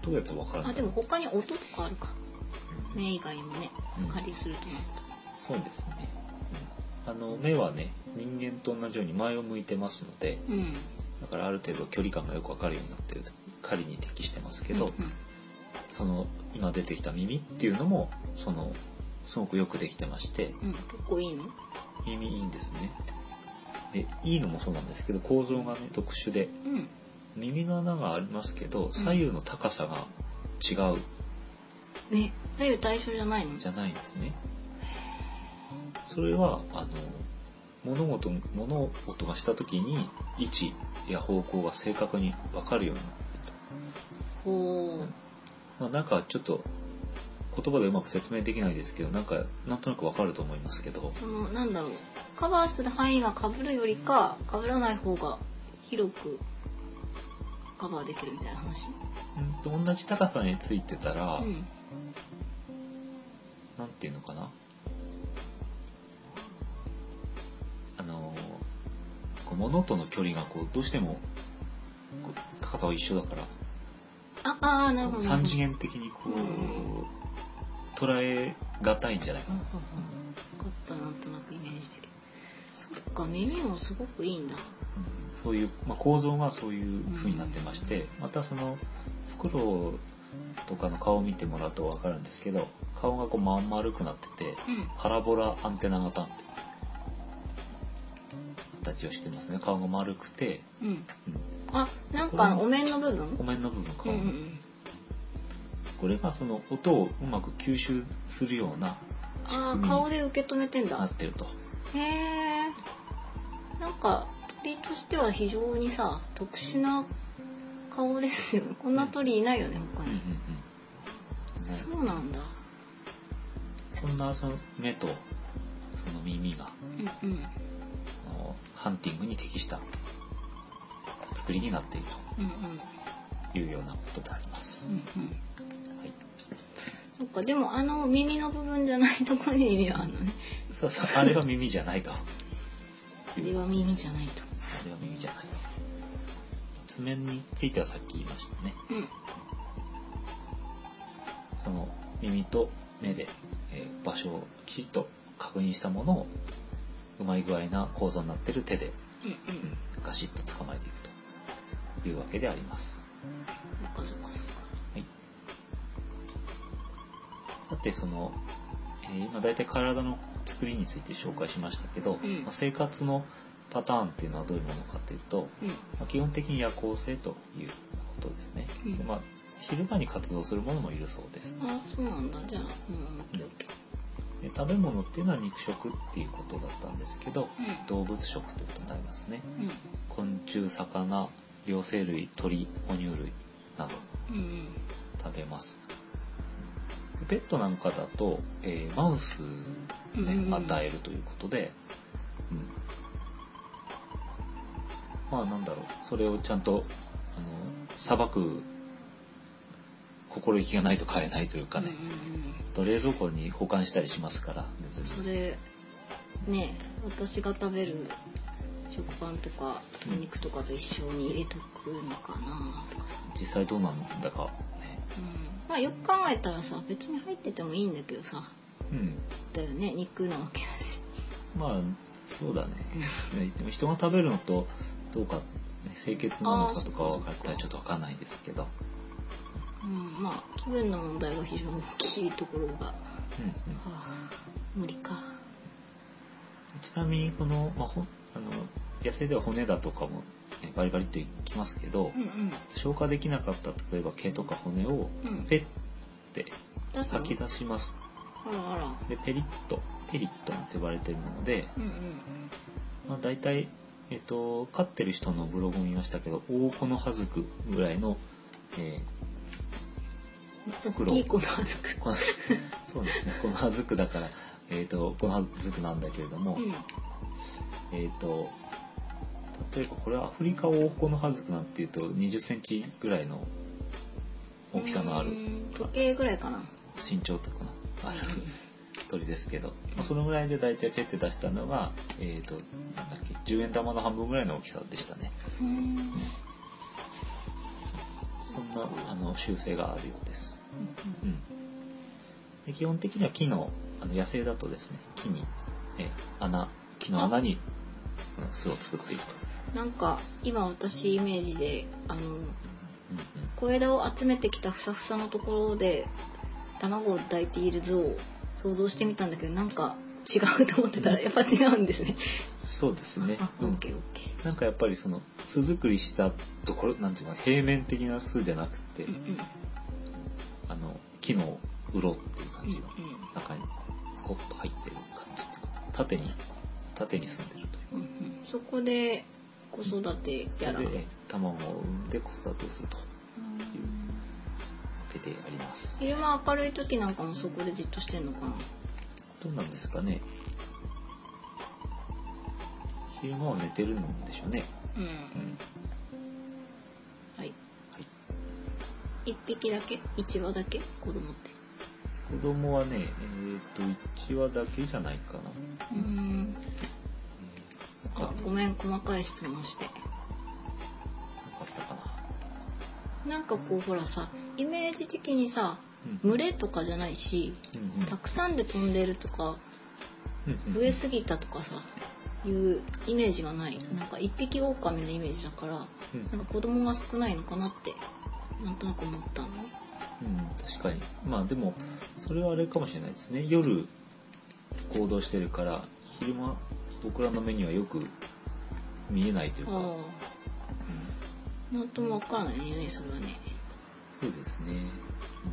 Speaker 1: どうやってわからな
Speaker 2: あ
Speaker 1: い
Speaker 2: でも他に音とかあるか
Speaker 1: うん
Speaker 2: 目以外もね
Speaker 1: うん
Speaker 2: 明かりするとなる
Speaker 1: そうですね、うんあの目はね人間と同じように前を向いてますので
Speaker 2: とうん
Speaker 1: だからある程度距離感がよくわかるようになってる狩りに適してますけど、
Speaker 2: うんうん
Speaker 1: その今出てきた耳っていうのもそのすごくよくできてまして
Speaker 2: うん結構いいのうん
Speaker 1: 耳いいんですねでいいのもそうなんですけど構造がね特殊で耳の穴がありますけど左右の高さが違う
Speaker 2: ね左右対称じゃないの
Speaker 1: じゃないんですね。それはあの物事物音がした時に位置や方向が正確に分かるようになる
Speaker 2: ほ
Speaker 1: まあ、なんかちょっと言葉でうまく説明できないですけどなんかなんとなく分かると思いますけど
Speaker 2: うそのなんだろうカバーする範囲が被るよりか被らない方が広くカバーできるみたいな話
Speaker 1: うんと同じ高さについてたら、
Speaker 2: うん
Speaker 1: なんていうのかなあのこう物との距離がこうどうしてもこう高さは一緒だから
Speaker 2: ああーなるほどなるほ
Speaker 1: 三
Speaker 2: ど
Speaker 1: 次元的にこ
Speaker 2: うん
Speaker 1: う捉えがたいんじゃないか
Speaker 2: うん
Speaker 1: な
Speaker 2: うんうん分かったなんとなくイメージできるそっか耳もすごくいいんだ
Speaker 1: うんそういう、まあ、構造がそういう風になってまして、またそのフクロとかの顔を見てもらうと分かるんですけど顔がこうまん丸くなってて
Speaker 2: うん
Speaker 1: パラボラアンテナ型って形をしてますね顔が丸くて、
Speaker 2: うん
Speaker 1: うん
Speaker 2: あなんかあのお面の部分
Speaker 1: お面の部分
Speaker 2: う
Speaker 1: 顔、
Speaker 2: んうん
Speaker 1: これがその音をうまく吸収するような仕
Speaker 2: あ
Speaker 1: 組
Speaker 2: ー
Speaker 1: み
Speaker 2: 顔
Speaker 1: に
Speaker 2: で受け止めてん
Speaker 1: な
Speaker 2: だ
Speaker 1: ってると
Speaker 2: へえなんか鳥としては非常にさ特殊な顔ですよねこんな鳥いないよね他
Speaker 1: うんうんう
Speaker 2: に、
Speaker 1: んね
Speaker 2: そうなんだ
Speaker 1: そんなその目とその耳が
Speaker 2: うんうん
Speaker 1: あのハンティングに適した作りになっている
Speaker 2: うんうん
Speaker 1: というようなことであります
Speaker 2: う。んうん
Speaker 1: はい、
Speaker 2: そっかでもあの耳の部分じゃないところに耳はあるのね
Speaker 1: そうそうあれは耳じゃないと。
Speaker 2: あれは耳じゃないと
Speaker 1: あれは耳じゃないと。爪についてはさっき言いましたね。
Speaker 2: うん
Speaker 1: その耳と目で、えー場所をきちっと確認したものをうまい具合な構造になってる手で、
Speaker 2: うんうん
Speaker 1: ガシッと捕まえていくというわけであります。
Speaker 2: そっかそっかそっか
Speaker 1: はい、さてその、えー今大体体の作りについて紹介しましたけど、
Speaker 2: うん
Speaker 1: まあ生活のパターンっていうのはどういうものかというと、
Speaker 2: うん
Speaker 1: まあ基本的に夜行性ということですね、
Speaker 2: うん
Speaker 1: でまあ、昼間に活動するものもいるそうです
Speaker 2: あそうなんだじゃあうんオッケーオッケー
Speaker 1: で食べ物っていうのは肉食っていうことだったんですけど、
Speaker 2: うん
Speaker 1: 動物食ということになりますね
Speaker 2: うん
Speaker 1: 昆虫魚両生類鳥哺乳類など
Speaker 2: うんうん
Speaker 1: 食べますでペットなんかだと、えーマウス、ね
Speaker 2: うんうんうん
Speaker 1: 与えるということで、うん、まあなんだろうそれをちゃんとあのさばく心意気がないと買えないというかね、
Speaker 2: うんうんうん
Speaker 1: あと冷蔵庫に保管したりしますから別に
Speaker 2: それね私が食べる食パンとか鶏肉とかと一緒に入れとくのかなとかさ、
Speaker 1: 実際どうなんだかね
Speaker 2: うん、まあよく考えたらさ別に入っててもいいんだけどさ
Speaker 1: うん
Speaker 2: だよね肉なわけだし
Speaker 1: まあそうだねねでも人が食べるのとどうか、ね、清潔なのかとかは
Speaker 2: あーそっかそっか
Speaker 1: 一体ちょっとわかんないですけど、
Speaker 2: うんまあ気分の問題が非常に大きいところが、は
Speaker 1: うんうん、
Speaker 2: あ、無理か
Speaker 1: ちなみにこの,、まあ、ほあの野生では骨だとかも、ね、バリバリっていきますけど、
Speaker 2: うんうん
Speaker 1: 消化できなかった例えば毛とか骨を
Speaker 2: うん
Speaker 1: ペッて
Speaker 2: 出すの
Speaker 1: 吐き出します
Speaker 2: あらあら
Speaker 1: でペリッとペリッとなんて呼ばれてるもので、
Speaker 2: うんうん
Speaker 1: まあ、大体、えっと、飼ってる人のブログを見ましたけど大コノハズクぐらいの、えー袋
Speaker 2: 大きい子のはずく
Speaker 1: この [LAUGHS] そうですねこの葉ずくだから、えー、とこの葉ずくなんだけれども、
Speaker 2: うん
Speaker 1: えっ、と例えばこれはアフリカオオコノハズクなんていうと2 0ンチぐらいの大きさのある
Speaker 2: うん時計ぐらいかな
Speaker 1: 身長とかのある
Speaker 2: うん
Speaker 1: 鳥ですけど、まあ、そのぐらいで大体ペッて出したのが、えー、となんだっけ10円玉の半分ぐらいの大きさでしたね
Speaker 2: うん
Speaker 1: そんなあの習性があるようです、うん、で基本的には木のあの野生だとですね木にえ穴木の穴にうん巣を作っていくと、
Speaker 2: なんか今私イメージであの
Speaker 1: うんうん
Speaker 2: 小枝を集めてきたふさふさのところで卵を抱いている像を想像してみたんだけどなんか違うと思ってたらやっぱ違うんですね。
Speaker 1: そうですね
Speaker 2: あ、
Speaker 1: う
Speaker 2: オ
Speaker 1: ん
Speaker 2: ッケーオッケ
Speaker 1: なんかやっぱりその巣作りしたところなんていうか平面的な巣じゃなくて、
Speaker 2: ー。うんうん
Speaker 1: あの木のうろっていう感
Speaker 2: うん
Speaker 1: じの中にスコッと入ってる感じっていうかな縦に縦に住んでるという
Speaker 2: うんうんそこで子育てやら。
Speaker 1: それでえ卵を産んで子育てをすると
Speaker 2: うん
Speaker 1: 受けてあります
Speaker 2: 昼間明るい時なんかもそこでじっとしてんのかな。
Speaker 1: どうなんですかね昼間は寝てるんでしょうね、
Speaker 2: うん。
Speaker 1: うん
Speaker 2: は
Speaker 1: は
Speaker 2: い。
Speaker 1: い、
Speaker 2: 一匹だけ一羽だけ子供って。
Speaker 1: 子供はねえっ、と1羽だけじゃないかな
Speaker 2: うん。
Speaker 1: なんか
Speaker 2: あごめん細かい質問して。
Speaker 1: なかったかな
Speaker 2: なんかこうほらさイメージ的にさ
Speaker 1: うん
Speaker 2: 群れとかじゃないし
Speaker 1: うんうん
Speaker 2: たくさんで飛んでるとか
Speaker 1: うんうん
Speaker 2: 増えすぎたとかさいうイメージがないなんか一匹狼のイメージだから
Speaker 1: うん
Speaker 2: なんか子供が少ないのかなってなんとなく思ったのね
Speaker 1: ううん、確かに。まあでも、それはあれかもしれないですね。夜、行動してるから、昼間、僕らの目にはよく見えないというか、うん、
Speaker 2: ああなんともわからないよねそれはね、
Speaker 1: そうですね。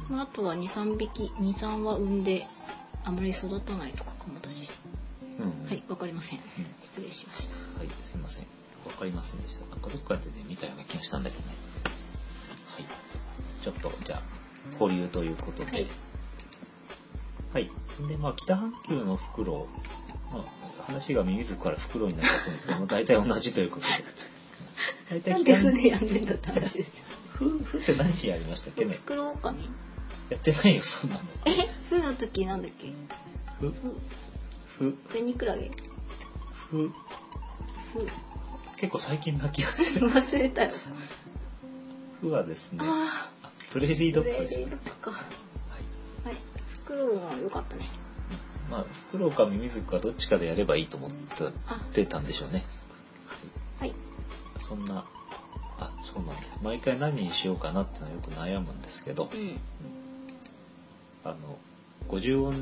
Speaker 1: うん
Speaker 2: まあ、あとは23匹23は産んであまり育たないとかかもだし
Speaker 1: うん
Speaker 2: はいわかりません
Speaker 1: うん
Speaker 2: 失礼しました
Speaker 1: はい、すいません。わかりませんでした。なんかどっかでね、見たような気がしたんだけどね。はい。ちょっと、じゃあ、保留ということで。
Speaker 2: はい
Speaker 1: はい。で、まあ、北半球のフクロウ。まあ、話がミミズクからフクロウになっちゃったんですけども、大体同じということで。
Speaker 2: [LAUGHS]
Speaker 1: 大体
Speaker 2: なんで
Speaker 1: 北半
Speaker 2: 船やんねんだって話です
Speaker 1: ふ、ふって何しやりましたっけ
Speaker 2: よ
Speaker 1: ね
Speaker 2: フ。クロオオカミ
Speaker 1: やってないよ、そんなの。
Speaker 2: えフの時なんだっけ
Speaker 1: ふ、
Speaker 2: フ
Speaker 1: ふ、
Speaker 2: フェニクラゲ
Speaker 1: ふ、
Speaker 2: フ
Speaker 1: 結構最近な気がする。
Speaker 2: 忘れたよ
Speaker 1: ふはですね、
Speaker 2: ああ
Speaker 1: あプレーリードッグで
Speaker 2: レイ
Speaker 1: した
Speaker 2: リ
Speaker 1: ね。
Speaker 2: ードッグかは
Speaker 1: はい。
Speaker 2: いフクロウは良かったね
Speaker 1: まあ、フクロウかミミズクかどっちかでやればいいと思ってたんでしょうね。
Speaker 2: はい
Speaker 1: はい、そんな、あ、そうなんです。毎回何にしようかなっていうのはよく悩むんですけど
Speaker 2: う、ん
Speaker 1: あの、50音、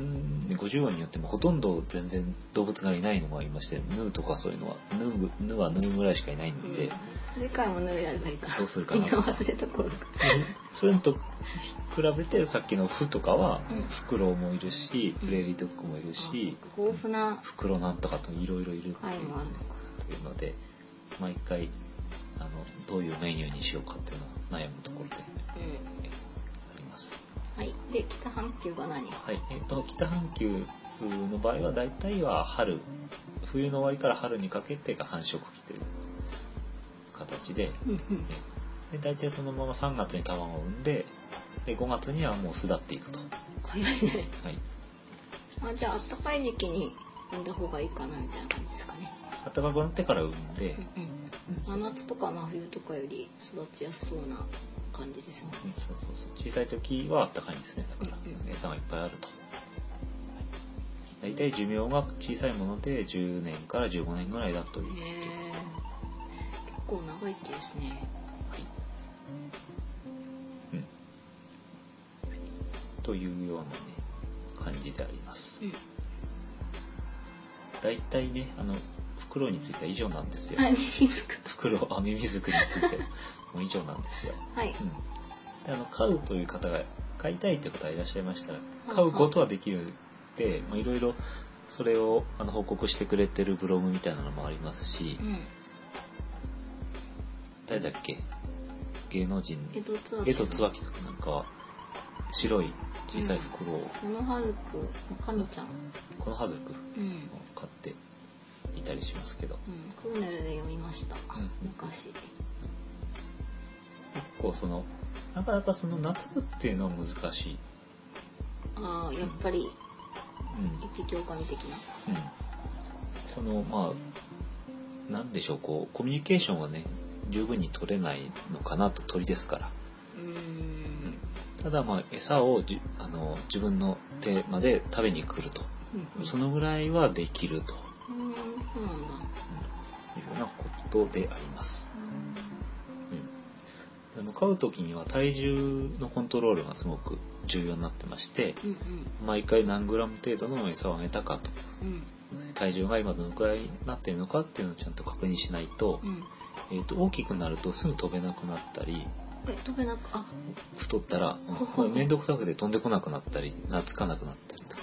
Speaker 1: 50音によってもほとんど全然動物がいないのもありまして、ヌーとかそういうのは、ヌー、ヌーはヌーぐらいしかいない
Speaker 2: うんん
Speaker 1: で、
Speaker 2: 次回も縫いやればいいから
Speaker 1: どうするかな
Speaker 2: みんな忘れた頃か
Speaker 1: それと比べてさっきのフとかは
Speaker 2: うん、
Speaker 1: フクロウもいるし、
Speaker 2: うん
Speaker 1: プレーリードッグもいる
Speaker 2: あそっ
Speaker 1: し、
Speaker 2: か豊富な
Speaker 1: フクロウなんとかといろいろいるっていう。
Speaker 2: 回もあるのか
Speaker 1: というので毎回あのどういうメニューにしようかっていうのは悩むところであ
Speaker 2: う
Speaker 1: り
Speaker 2: ん
Speaker 1: ます。
Speaker 2: はいで北半球が何
Speaker 1: はい、えっ、と北半球の場合は大体は春冬の終わりから春にかけてが繁殖期という形で
Speaker 2: うんうん
Speaker 1: で大体そのまま3月に卵を産んでで5月にはもう巣立っていくと。は
Speaker 2: 早いね
Speaker 1: い
Speaker 2: あじゃあ暖かい時期に産んだ方がいいかなみたいな感じですかね、
Speaker 1: 暖かくなってから産んで、
Speaker 2: うんうん、
Speaker 1: うん
Speaker 2: 真夏とか真冬とかより育ちやすそうな感じですね
Speaker 1: うんそうそうそう小さい時はあったかいんですねだから
Speaker 2: うんうん
Speaker 1: 餌がいっぱいあると大体寿命が小さいもので10年から15年ぐらいだという、
Speaker 2: へえ結構長生きですね
Speaker 1: はいうん、というようなね感じであります
Speaker 2: うん
Speaker 1: 大体ねあの袋については以上なんですよ、
Speaker 2: はいいいですか
Speaker 1: 袋あミミズクについて [LAUGHS] もう以上なんですよ
Speaker 2: はい
Speaker 1: うん、であの飼うという方が飼いたいという方がいらっしゃいましたら飼うことはできるでまあいろいろそれをあの報告してくれてるブログみたいなのもありますし
Speaker 2: うん
Speaker 1: 誰だっけ芸能人
Speaker 2: 江戸ツアー
Speaker 1: 江戸椿さんなんかは白い小さい袋を、
Speaker 2: このハズク神ちゃん
Speaker 1: この葉族を
Speaker 2: うん、うん、
Speaker 1: 飼っていたりしますけど
Speaker 2: クーネルで読みました、
Speaker 1: ん
Speaker 2: 昔
Speaker 1: 結構そのなかなかその夏っていうのは難しい、
Speaker 2: ああやっぱり
Speaker 1: うん、
Speaker 2: 一匹狼的な
Speaker 1: うんそのまあなんでしょうこうコミュニケーションはね十分に取れないのかなと鳥ですから
Speaker 2: うーん
Speaker 1: ただまあ餌をじあの自分の手まで食べに来ると
Speaker 2: うん
Speaker 1: そのぐらいはできると、
Speaker 2: うんそうな
Speaker 1: うん、い
Speaker 2: んだ
Speaker 1: うようなことであります、うん、あの飼う時には体重のコントロールがすごく重要になってまして
Speaker 2: うん
Speaker 1: 毎回何グラム程度の餌をあげたかと
Speaker 2: うんうん
Speaker 1: 体重が今どのくらいになっているのかっていうのをちゃんと確認しないと、
Speaker 2: うん
Speaker 1: えー、と大きくなるとすぐ飛べなくなったり
Speaker 2: え飛べなくあ
Speaker 1: 太った
Speaker 2: [LAUGHS]
Speaker 1: ら
Speaker 2: ほ
Speaker 1: う
Speaker 2: ほ
Speaker 1: ん面倒くさくて飛んでこなくなったり懐かなくなったりと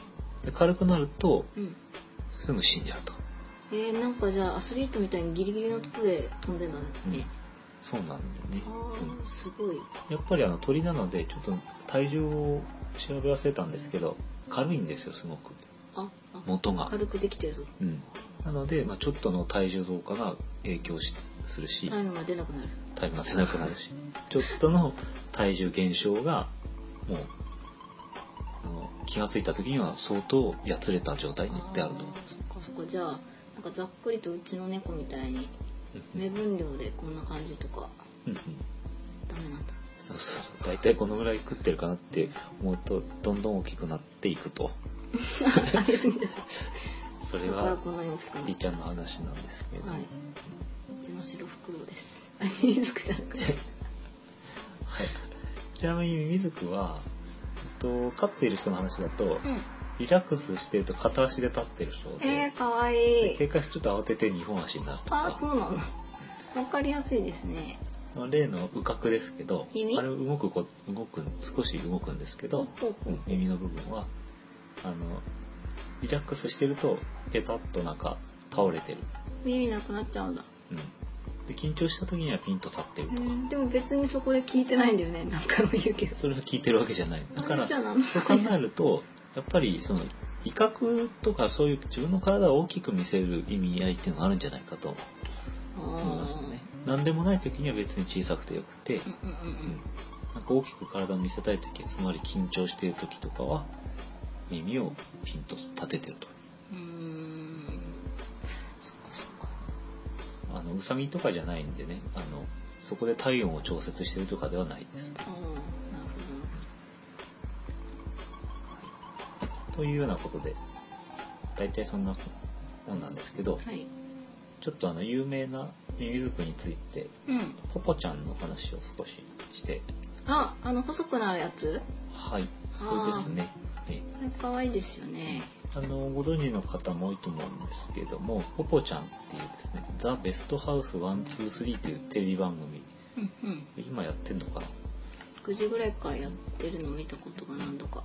Speaker 1: で軽くなると
Speaker 2: うん
Speaker 1: すぐ死んじゃうと、
Speaker 2: えー、なんかじゃあアスリートみたいにギリギリのとこで飛んでんだね、
Speaker 1: うんそうなんだよね、
Speaker 2: ああすごい
Speaker 1: うんやっぱりあの鳥なのでちょっと体重を調べ忘れたんですけど軽いんですよすごく
Speaker 2: ああ
Speaker 1: 元が、
Speaker 2: 軽くできてるぞ
Speaker 1: うん、なので、まあ、ちょっとの体重増加が影響しするし
Speaker 2: タイムが出なくなる
Speaker 1: タイムが出なくなるしちょっとの体重減少がもうあの気がついた時には相当やつれた状態にであると
Speaker 2: ーそっかそっかじゃあなんかざっくりとうちの猫みたいに
Speaker 1: うん
Speaker 2: 目分量でこんな感じとか
Speaker 1: うんうん
Speaker 2: ダメなんだ
Speaker 1: そうそうそう大体このぐらい食ってるかなって思うとどんどん大きくなっていくと
Speaker 2: あれすぎる
Speaker 1: それ
Speaker 2: だから
Speaker 1: は
Speaker 2: こんなに大きくな
Speaker 1: り
Speaker 2: る
Speaker 1: ーちゃんの話なんですけど、
Speaker 2: は
Speaker 1: はいいう
Speaker 2: ちの白フクロウですあれミミズクじゃなくて
Speaker 1: ちなみにミミズクはと飼っている人の話だと、
Speaker 2: うん
Speaker 1: リラックスしてると片足で立ってるそうで、
Speaker 2: えー、かわいい
Speaker 1: 警戒すると慌てて二本足になると
Speaker 2: あ
Speaker 1: か
Speaker 2: ーそうなのわかりやすいですね
Speaker 1: まあ例の羽角ですけど
Speaker 2: 耳
Speaker 1: あれ動くこ動く少し動くんですけど、
Speaker 2: ほうほう
Speaker 1: 耳の部分はあのリラックスしてるとペタッとなんか倒れてる、
Speaker 2: 耳なくなっちゃうんだ、
Speaker 1: うん、で緊張した時にはピンと立ってる
Speaker 2: え
Speaker 1: とか、
Speaker 2: ー、でも別にそこで聞いてないんだよね何回も言うけど
Speaker 1: それは聞いてるわけじゃないだから
Speaker 2: あれじゃあ
Speaker 1: そう
Speaker 2: なんだ
Speaker 1: 考えるとやっぱりその威嚇とかそういう自分の体を大きく見せる意味合いっていうのがあるんじゃないかと
Speaker 2: あ
Speaker 1: 思います
Speaker 2: ー
Speaker 1: ね何でもない時には別に小さくてよくて、
Speaker 2: うんうんうんうん
Speaker 1: なんか大きく体を見せたい時つまり緊張している時とかは耳をピンと立ててると
Speaker 2: うーんそっかそっか
Speaker 1: あのうさみとかじゃないんでねあのそこで体温を調節してるとかではないです
Speaker 2: ああなるほどなる
Speaker 1: というようなことで大体そんなもんなんですけど
Speaker 2: ほどはい
Speaker 1: ちょっとあの有名な耳づくについて
Speaker 2: うん
Speaker 1: ポポちゃんの話を少しして
Speaker 2: ああの細くなるやつ
Speaker 1: はいそうですねね
Speaker 2: あれ可愛いですよね
Speaker 1: あのご存知の方も多いと思うんですけどもポポちゃんっていうですね「ザ・ベストハウス123」というテレビ番組
Speaker 2: うんうん
Speaker 1: 今やってんのかな
Speaker 2: 9時ぐらいからやってるの見たことが何度か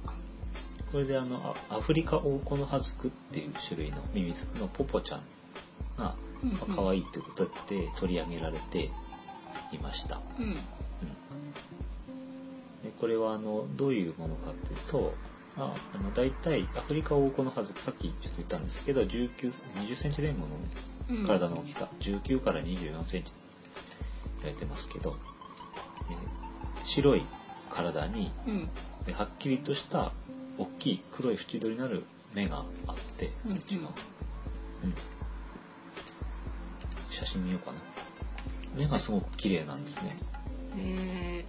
Speaker 1: これであのあアフリカオオコノハズクっていう種類のミミズクのポポちゃんが、
Speaker 2: うんうん
Speaker 1: まあ、可愛いということで取り上げられていました、
Speaker 2: うん
Speaker 1: でこれはあのどういうものかというとああの大体アフリカオオコノハズクさっきちょっと言ったんですけど19 20センチ前後の、ね、
Speaker 2: うん
Speaker 1: 体の大きさ19から24センチ言われてますけど、えー白い体に
Speaker 2: うん
Speaker 1: ではっきりとした大きい黒い縁取りのある目があって
Speaker 2: うん
Speaker 1: 形が、うん写真見ようかな目がすごく綺麗なんですね
Speaker 2: え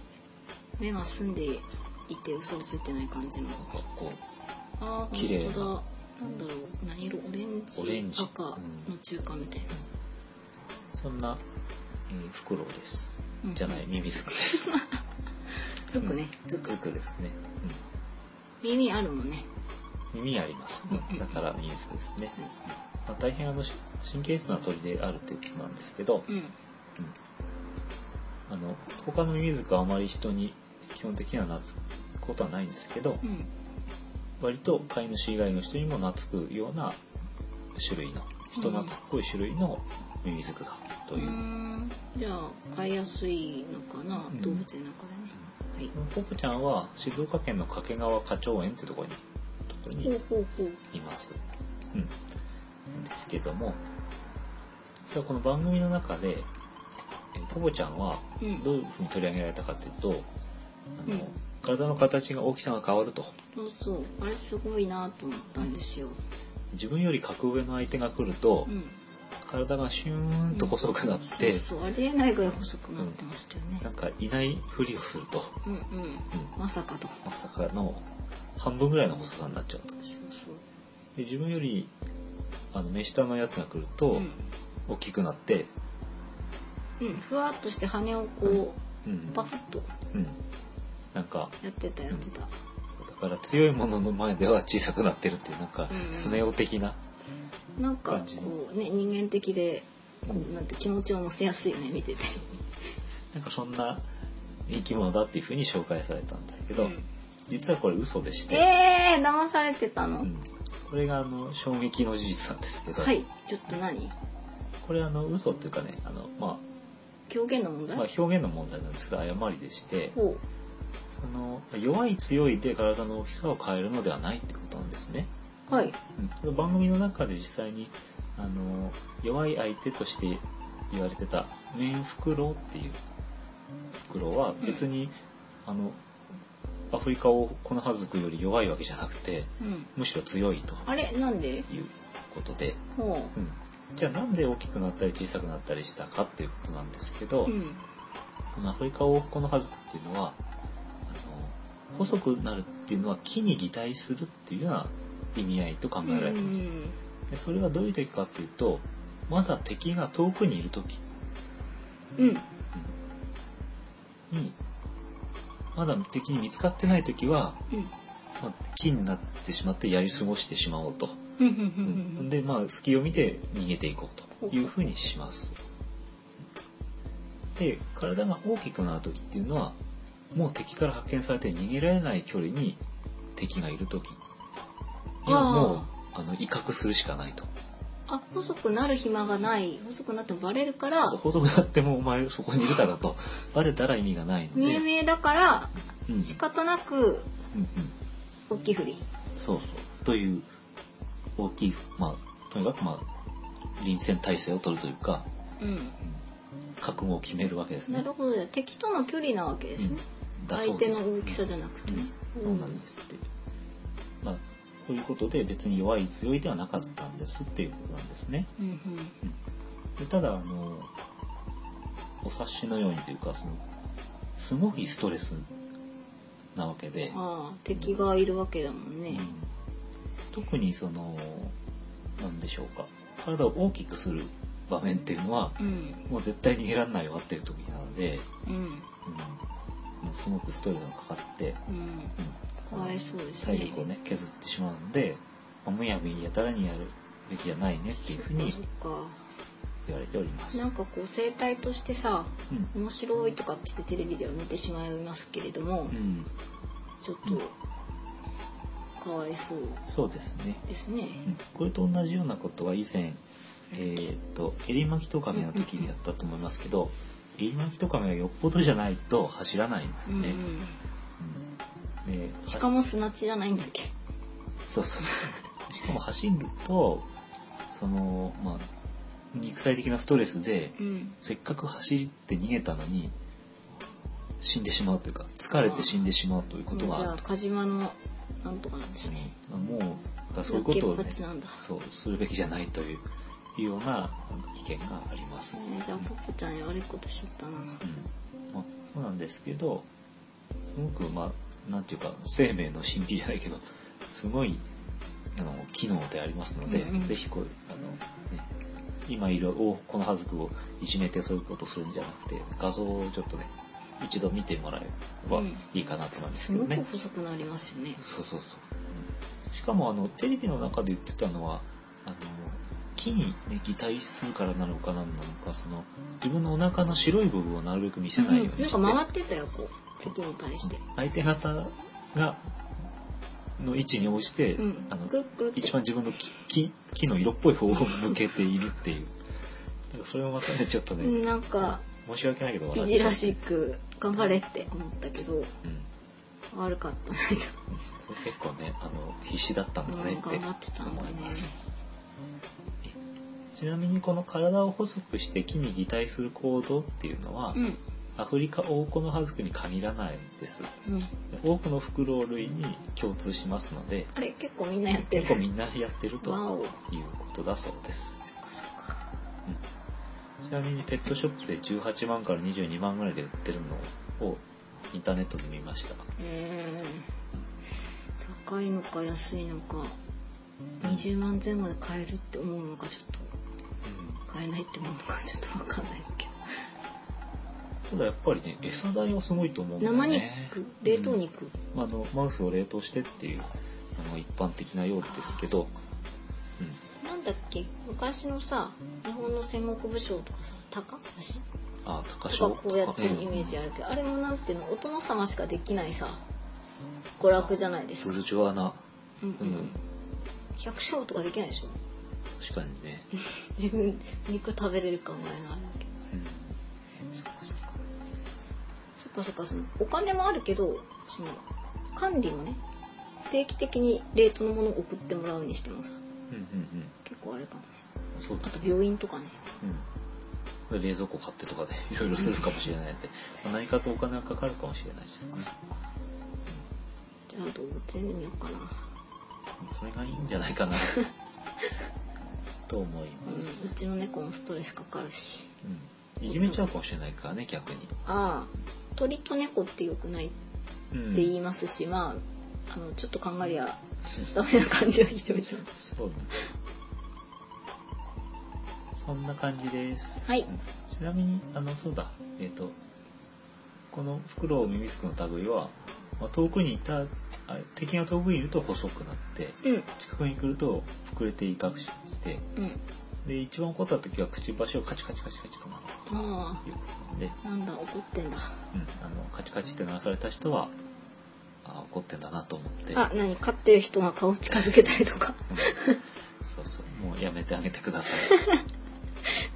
Speaker 2: ー、目が澄んでいて嘘をついてない感じの
Speaker 1: なんかこ
Speaker 2: ああ
Speaker 1: 綺麗
Speaker 2: 本
Speaker 1: な
Speaker 2: 当だなんだろう何色オレンジ
Speaker 1: オレンジ
Speaker 2: 赤の中間みたいな、
Speaker 1: うそんな、えー、フクロウです
Speaker 2: うん [LAUGHS]
Speaker 1: じゃないミミズクです
Speaker 2: ズクね
Speaker 1: うん
Speaker 2: ズ
Speaker 1: ズ
Speaker 2: ク
Speaker 1: クですね、
Speaker 2: 耳あるもんね
Speaker 1: うん、耳あります、
Speaker 2: うん
Speaker 1: だからミミズクですね、
Speaker 2: うん
Speaker 1: まあ、大変あのし神経質な鳥であるということなんですけど、
Speaker 2: うん
Speaker 1: あの他のミミズクはあまり人に基本的には懐くことはないんですけど、
Speaker 2: うん
Speaker 1: 割と飼い主以外の人にも懐くような種類の人懐っこい種類のミミズクだと
Speaker 2: う
Speaker 1: いう、
Speaker 2: ーんじゃあ飼いやすいのかな、
Speaker 1: うん
Speaker 2: 動物園の中でね
Speaker 1: このポポちゃんは静岡県の掛川花鳥園ってところにところ
Speaker 2: はいほ
Speaker 1: に
Speaker 2: うほうほう
Speaker 1: います、うん、ですけども実はこの番組の中でえポポちゃんは
Speaker 2: うん
Speaker 1: どういうふうに取り上げられたかというと、あの
Speaker 2: うん
Speaker 1: 体の形が大きさが変わると
Speaker 2: そうそうあれすごいなと思ったんですよ、
Speaker 1: 自分より格上の相手が来ると、
Speaker 2: うん、
Speaker 1: 体がシューンと細くなって、
Speaker 2: そうそうありえないぐらい細くなってましたよね
Speaker 1: なんかいないふりをすると、
Speaker 2: うんうんまさかと
Speaker 1: まさかの半分ぐらいの細さになっちゃうと
Speaker 2: そうそう
Speaker 1: で自分よりあの目下のやつが来ると
Speaker 2: うん
Speaker 1: 大きくなって、
Speaker 2: うん、ふわっとして羽をこ
Speaker 1: うん
Speaker 2: うパフッと
Speaker 1: うんなんか
Speaker 2: やってたやってた、
Speaker 1: そうだから強いものの前では小さくなってるっていうなんか
Speaker 2: うん
Speaker 1: スネ夫的な、
Speaker 2: なんか
Speaker 1: 感じ
Speaker 2: こうね人間的でこ
Speaker 1: う
Speaker 2: うなんて気持ちを乗せやすいよね見てて
Speaker 1: なんかそんな生き物だっていうふうに紹介されたんですけど、
Speaker 2: うん
Speaker 1: 実はこれ嘘でして、
Speaker 2: えー、騙されてたの、
Speaker 1: うんこれがあの衝撃の事実なんですけど、
Speaker 2: はいちょっと何
Speaker 1: これあの嘘っていうかねあの、ま
Speaker 2: 狂言の問
Speaker 1: あ、
Speaker 2: 題、
Speaker 1: まあ表現の問題なんですけど誤りでして
Speaker 2: ほ
Speaker 1: その弱い強いで体の大きさを変えるのではないってことなんですね。
Speaker 2: うはい
Speaker 1: うんこれ番組の中で実際にあの弱い相手として言われてたメンフクロウっていうフクロウは別に、あのアフリカをこのハズクより弱いわけじゃなくて
Speaker 2: うん
Speaker 1: むしろ強いと
Speaker 2: あれなんで
Speaker 1: いうことで、
Speaker 2: ほ
Speaker 1: うんじゃあなんで大きくなったり小さくなったりしたかっていうことなんですけど、
Speaker 2: ううん
Speaker 1: このアフリカオオフコノハズクっていうのはあの細くなるっていうのは木に擬態するっていうような意味合いと考えられてます、
Speaker 2: うん
Speaker 1: でそれはどういう時かっていうとまだ敵が遠くにいる時
Speaker 2: うん
Speaker 1: にまだ敵に見つかってない時は
Speaker 2: うん
Speaker 1: まあ、木になってしまってやり過ごしてしまおうと、
Speaker 2: うんう
Speaker 1: うん、
Speaker 2: ん
Speaker 1: でまあ隙を見て逃げていこうというふうにしますで体が大きくなる時っていうのはもう敵から発見されて逃げられない距離に敵がいる時にはもうあの威嚇するしかないと
Speaker 2: あ細くなる暇がない細くなってもバレるから
Speaker 1: そうほどだってもうお前そこにいるからとバレたら意味がないので
Speaker 2: 見え見えだから
Speaker 1: うんうん
Speaker 2: 仕方なく
Speaker 1: うん
Speaker 2: 大きいふり
Speaker 1: そうそう。という、大きい、まあ、とにかくまあ、臨戦態勢を取るというか、
Speaker 2: うん
Speaker 1: 覚悟を決めるわけですね。
Speaker 2: なるほど敵との距離なわけですね、
Speaker 1: うんだそ
Speaker 2: 相
Speaker 1: うで
Speaker 2: 手
Speaker 1: す
Speaker 2: の大きさじゃなくてね、
Speaker 1: うんそうなんですって。まあ、ということで別に弱い強いではなかったんですっていうことなんですね。
Speaker 2: うん
Speaker 1: でただ、あの、お察しのようにというか、その、すごいストレスなわけで、
Speaker 2: うん、ああ敵がいるわけだもん
Speaker 1: うん
Speaker 2: ね、
Speaker 1: 特にその、なんでしょうか。体を大きくする場面っていうのは、
Speaker 2: うん
Speaker 1: もう絶対逃げられないわっていう時なので、
Speaker 2: うん
Speaker 1: うん、もうすごくストレスがかかって、
Speaker 2: うん
Speaker 1: う
Speaker 2: か
Speaker 1: ん
Speaker 2: わいそうですね
Speaker 1: 体力をね削ってしまうので、まあむやみやたらにやるべきじゃないねっていうふうに
Speaker 2: そっか
Speaker 1: 言われておりま
Speaker 2: そっか
Speaker 1: す。
Speaker 2: なんかこう生態としてさ
Speaker 1: うん
Speaker 2: 面白いとかって言ってテレビでは見てしまいますけれども、
Speaker 1: うん、
Speaker 2: ちょっとかわいそう
Speaker 1: そうですね。
Speaker 2: ですね、
Speaker 1: うんこれと同じようなことは以前、えーっとエリマキトカメの時にやったと思いますけど、エリマキトカメはよっぽどじゃないと走らないんです
Speaker 2: うん
Speaker 1: ね。
Speaker 2: う
Speaker 1: うんで
Speaker 2: ん、しかも砂地じゃないんだっけ
Speaker 1: そうそう。しかも走ると、その、まあ、肉体的なストレスで、
Speaker 2: うん
Speaker 1: せっかく走って逃げたのに、死んでしまうというか、疲れて死んでしまうということ
Speaker 2: じ
Speaker 1: が
Speaker 2: ゃ
Speaker 1: あ
Speaker 2: あ
Speaker 1: る
Speaker 2: 鹿島のなんとかなんですね
Speaker 1: と。もう、だからそういうことを
Speaker 2: ラッキーパ
Speaker 1: ね
Speaker 2: ッ、チなんだ
Speaker 1: そう、するべきじゃないという、いうような危険があります。
Speaker 2: えーじゃあポッポちゃんに悪いことしちゃったな
Speaker 1: うんまあ、そうなんですけどすごくまあなんていうか生命の神秘じゃないけどすごいあの機能でありますので、
Speaker 2: うんうん
Speaker 1: ぜひこうあの、ね、今いるおこのハズクをいじめてそういうことするんじゃなくて画像をちょっとね一度見てもらえばいいかなと思います
Speaker 2: す
Speaker 1: けど
Speaker 2: ご
Speaker 1: ね。
Speaker 2: く細くなりますよね
Speaker 1: そうそうそううんしかもあのテレビの中で言ってたのはあの木に、ね、擬態するからなのかなんなのかその自分のお腹の白い部分をなるべく見せないようにして、
Speaker 2: うんなんか回ってたよこう敵に対して
Speaker 1: 相手方がの位置に応じて、
Speaker 2: うん
Speaker 1: あの
Speaker 2: くるくるって
Speaker 1: 一番自分の木木木の色っぽい方を向けているっていうなんかそれもまたねちょっと
Speaker 2: うん
Speaker 1: ね
Speaker 2: なんか
Speaker 1: 申し訳ないけど
Speaker 2: い
Speaker 1: 笑っ
Speaker 2: じ
Speaker 1: ちゃ
Speaker 2: ら
Speaker 1: う
Speaker 2: しく頑張れって思ったけど
Speaker 1: うん、
Speaker 2: 悪かったね
Speaker 1: それ結構ねあの必死だったんだねっ
Speaker 2: うん
Speaker 1: て
Speaker 2: 頑張ってたんだ
Speaker 1: 思
Speaker 2: ね
Speaker 1: います。ちなみにこの体を細くして木に擬態する行動っていうのは、
Speaker 2: うん
Speaker 1: アフリカオオコノハズクに限らないです
Speaker 2: うん
Speaker 1: 多くのフクロウ類に共通しますので
Speaker 2: あれ結構みんなやってる
Speaker 1: 結構みんなやってると
Speaker 2: わお
Speaker 1: いうことだそうです、
Speaker 2: そっかそっか
Speaker 1: うんちなみにペットショップで18万から22万ぐらいで売ってるのをインターネットで見ました
Speaker 2: えー、高いのか安いのか20万前後で買えるって思うのかちょっと買えないって思うのかちょっとわかんないですけ
Speaker 1: ただやっぱりね餌代はすごいと思うんだ
Speaker 2: ど
Speaker 1: よ
Speaker 2: 生肉
Speaker 1: ね
Speaker 2: 冷凍肉、
Speaker 1: まああのマウスを冷凍してっていうのが一般的なようですけど、うん、
Speaker 2: なんだっけ昔のさ日本の戦国武将とかさ鷹足
Speaker 1: ああ高
Speaker 2: と
Speaker 1: 潮
Speaker 2: かこうやってるイメージあるけど、あれもなんていうのお殿様しかできないさ娯楽じゃないです
Speaker 1: ブ
Speaker 2: か
Speaker 1: ル、ジョワな
Speaker 2: うんう
Speaker 1: うん
Speaker 2: ん、百姓とかできないでしょ
Speaker 1: 確かに
Speaker 2: [LAUGHS]
Speaker 1: ね、
Speaker 2: 自分肉食べれる考えがあるけど
Speaker 1: うん
Speaker 2: そっかそっかそっかそっかそのお金もあるけどその管理もね定期的に冷凍のものを送ってもらうにしてもさ
Speaker 1: うんうん
Speaker 2: 結構あれかもね
Speaker 1: うんそう
Speaker 2: あ
Speaker 1: だ
Speaker 2: と
Speaker 1: ね
Speaker 2: 病院とかね
Speaker 1: うん冷蔵庫買ってとかで [LAUGHS] いろいろするかもしれないので、まあ何かとお金がかかるかもしれないですね
Speaker 2: じゃあ動物園で見ようかな
Speaker 1: それがいいんじゃないか
Speaker 2: [LAUGHS]
Speaker 1: なと思い
Speaker 2: うん
Speaker 1: ま
Speaker 2: う
Speaker 1: す、
Speaker 2: ちの猫もストレスかかるし
Speaker 1: うん、いじめちゃうかもしれないからね逆に、
Speaker 2: ああ鳥と猫ってよくないって
Speaker 1: うん、
Speaker 2: 言いますし、まああのちょっと考えりゃダメな感じはしております
Speaker 1: そうね。そんな感じです。
Speaker 2: は
Speaker 1: う
Speaker 2: い
Speaker 1: ん。ちなみに、あの、そうだ、えっ、と、このフクロウミミズクの類は、まあ、遠くにいたあれ敵が遠くにいると細くなって
Speaker 2: うん
Speaker 1: 近くに来ると膨れて威嚇して
Speaker 2: うん
Speaker 1: で一番怒った時はくちばしをカチカチカチカチと鳴らすという
Speaker 2: あ
Speaker 1: ことで、
Speaker 2: あなんだ怒って
Speaker 1: う
Speaker 2: んだ
Speaker 1: ん、あのカチカチって鳴らされた人はあ怒ってんだなと思って、
Speaker 2: あ何飼ってる人が顔近づけたりとか [LAUGHS]
Speaker 1: うんそうそうもうやめてあげてください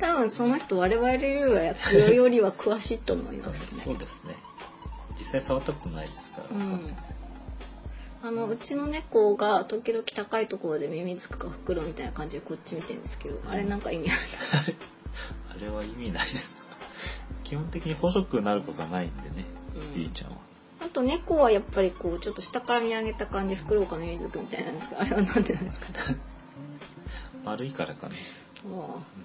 Speaker 2: 多分その人我々よりはよりは詳しいと思います
Speaker 1: [LAUGHS] そ
Speaker 2: ね
Speaker 1: うですね実際触ったことないですから、
Speaker 2: うん
Speaker 1: わかんないです
Speaker 2: あのうちの猫が時々高いところで耳つくか袋みたいな感じでこっち見てるんですけどあれなんか意味ある
Speaker 1: [LAUGHS] あれは意味ないです。基本的に細くなることはないんでね、
Speaker 2: うん
Speaker 1: ゆいちゃんは。 [LAUGHS]
Speaker 2: あと猫はやっぱりこうちょっと下から見上げた感じ袋かの水くみたいなんですけどあれはなんでなんですかね。
Speaker 1: 丸いからかね。
Speaker 2: も
Speaker 1: うん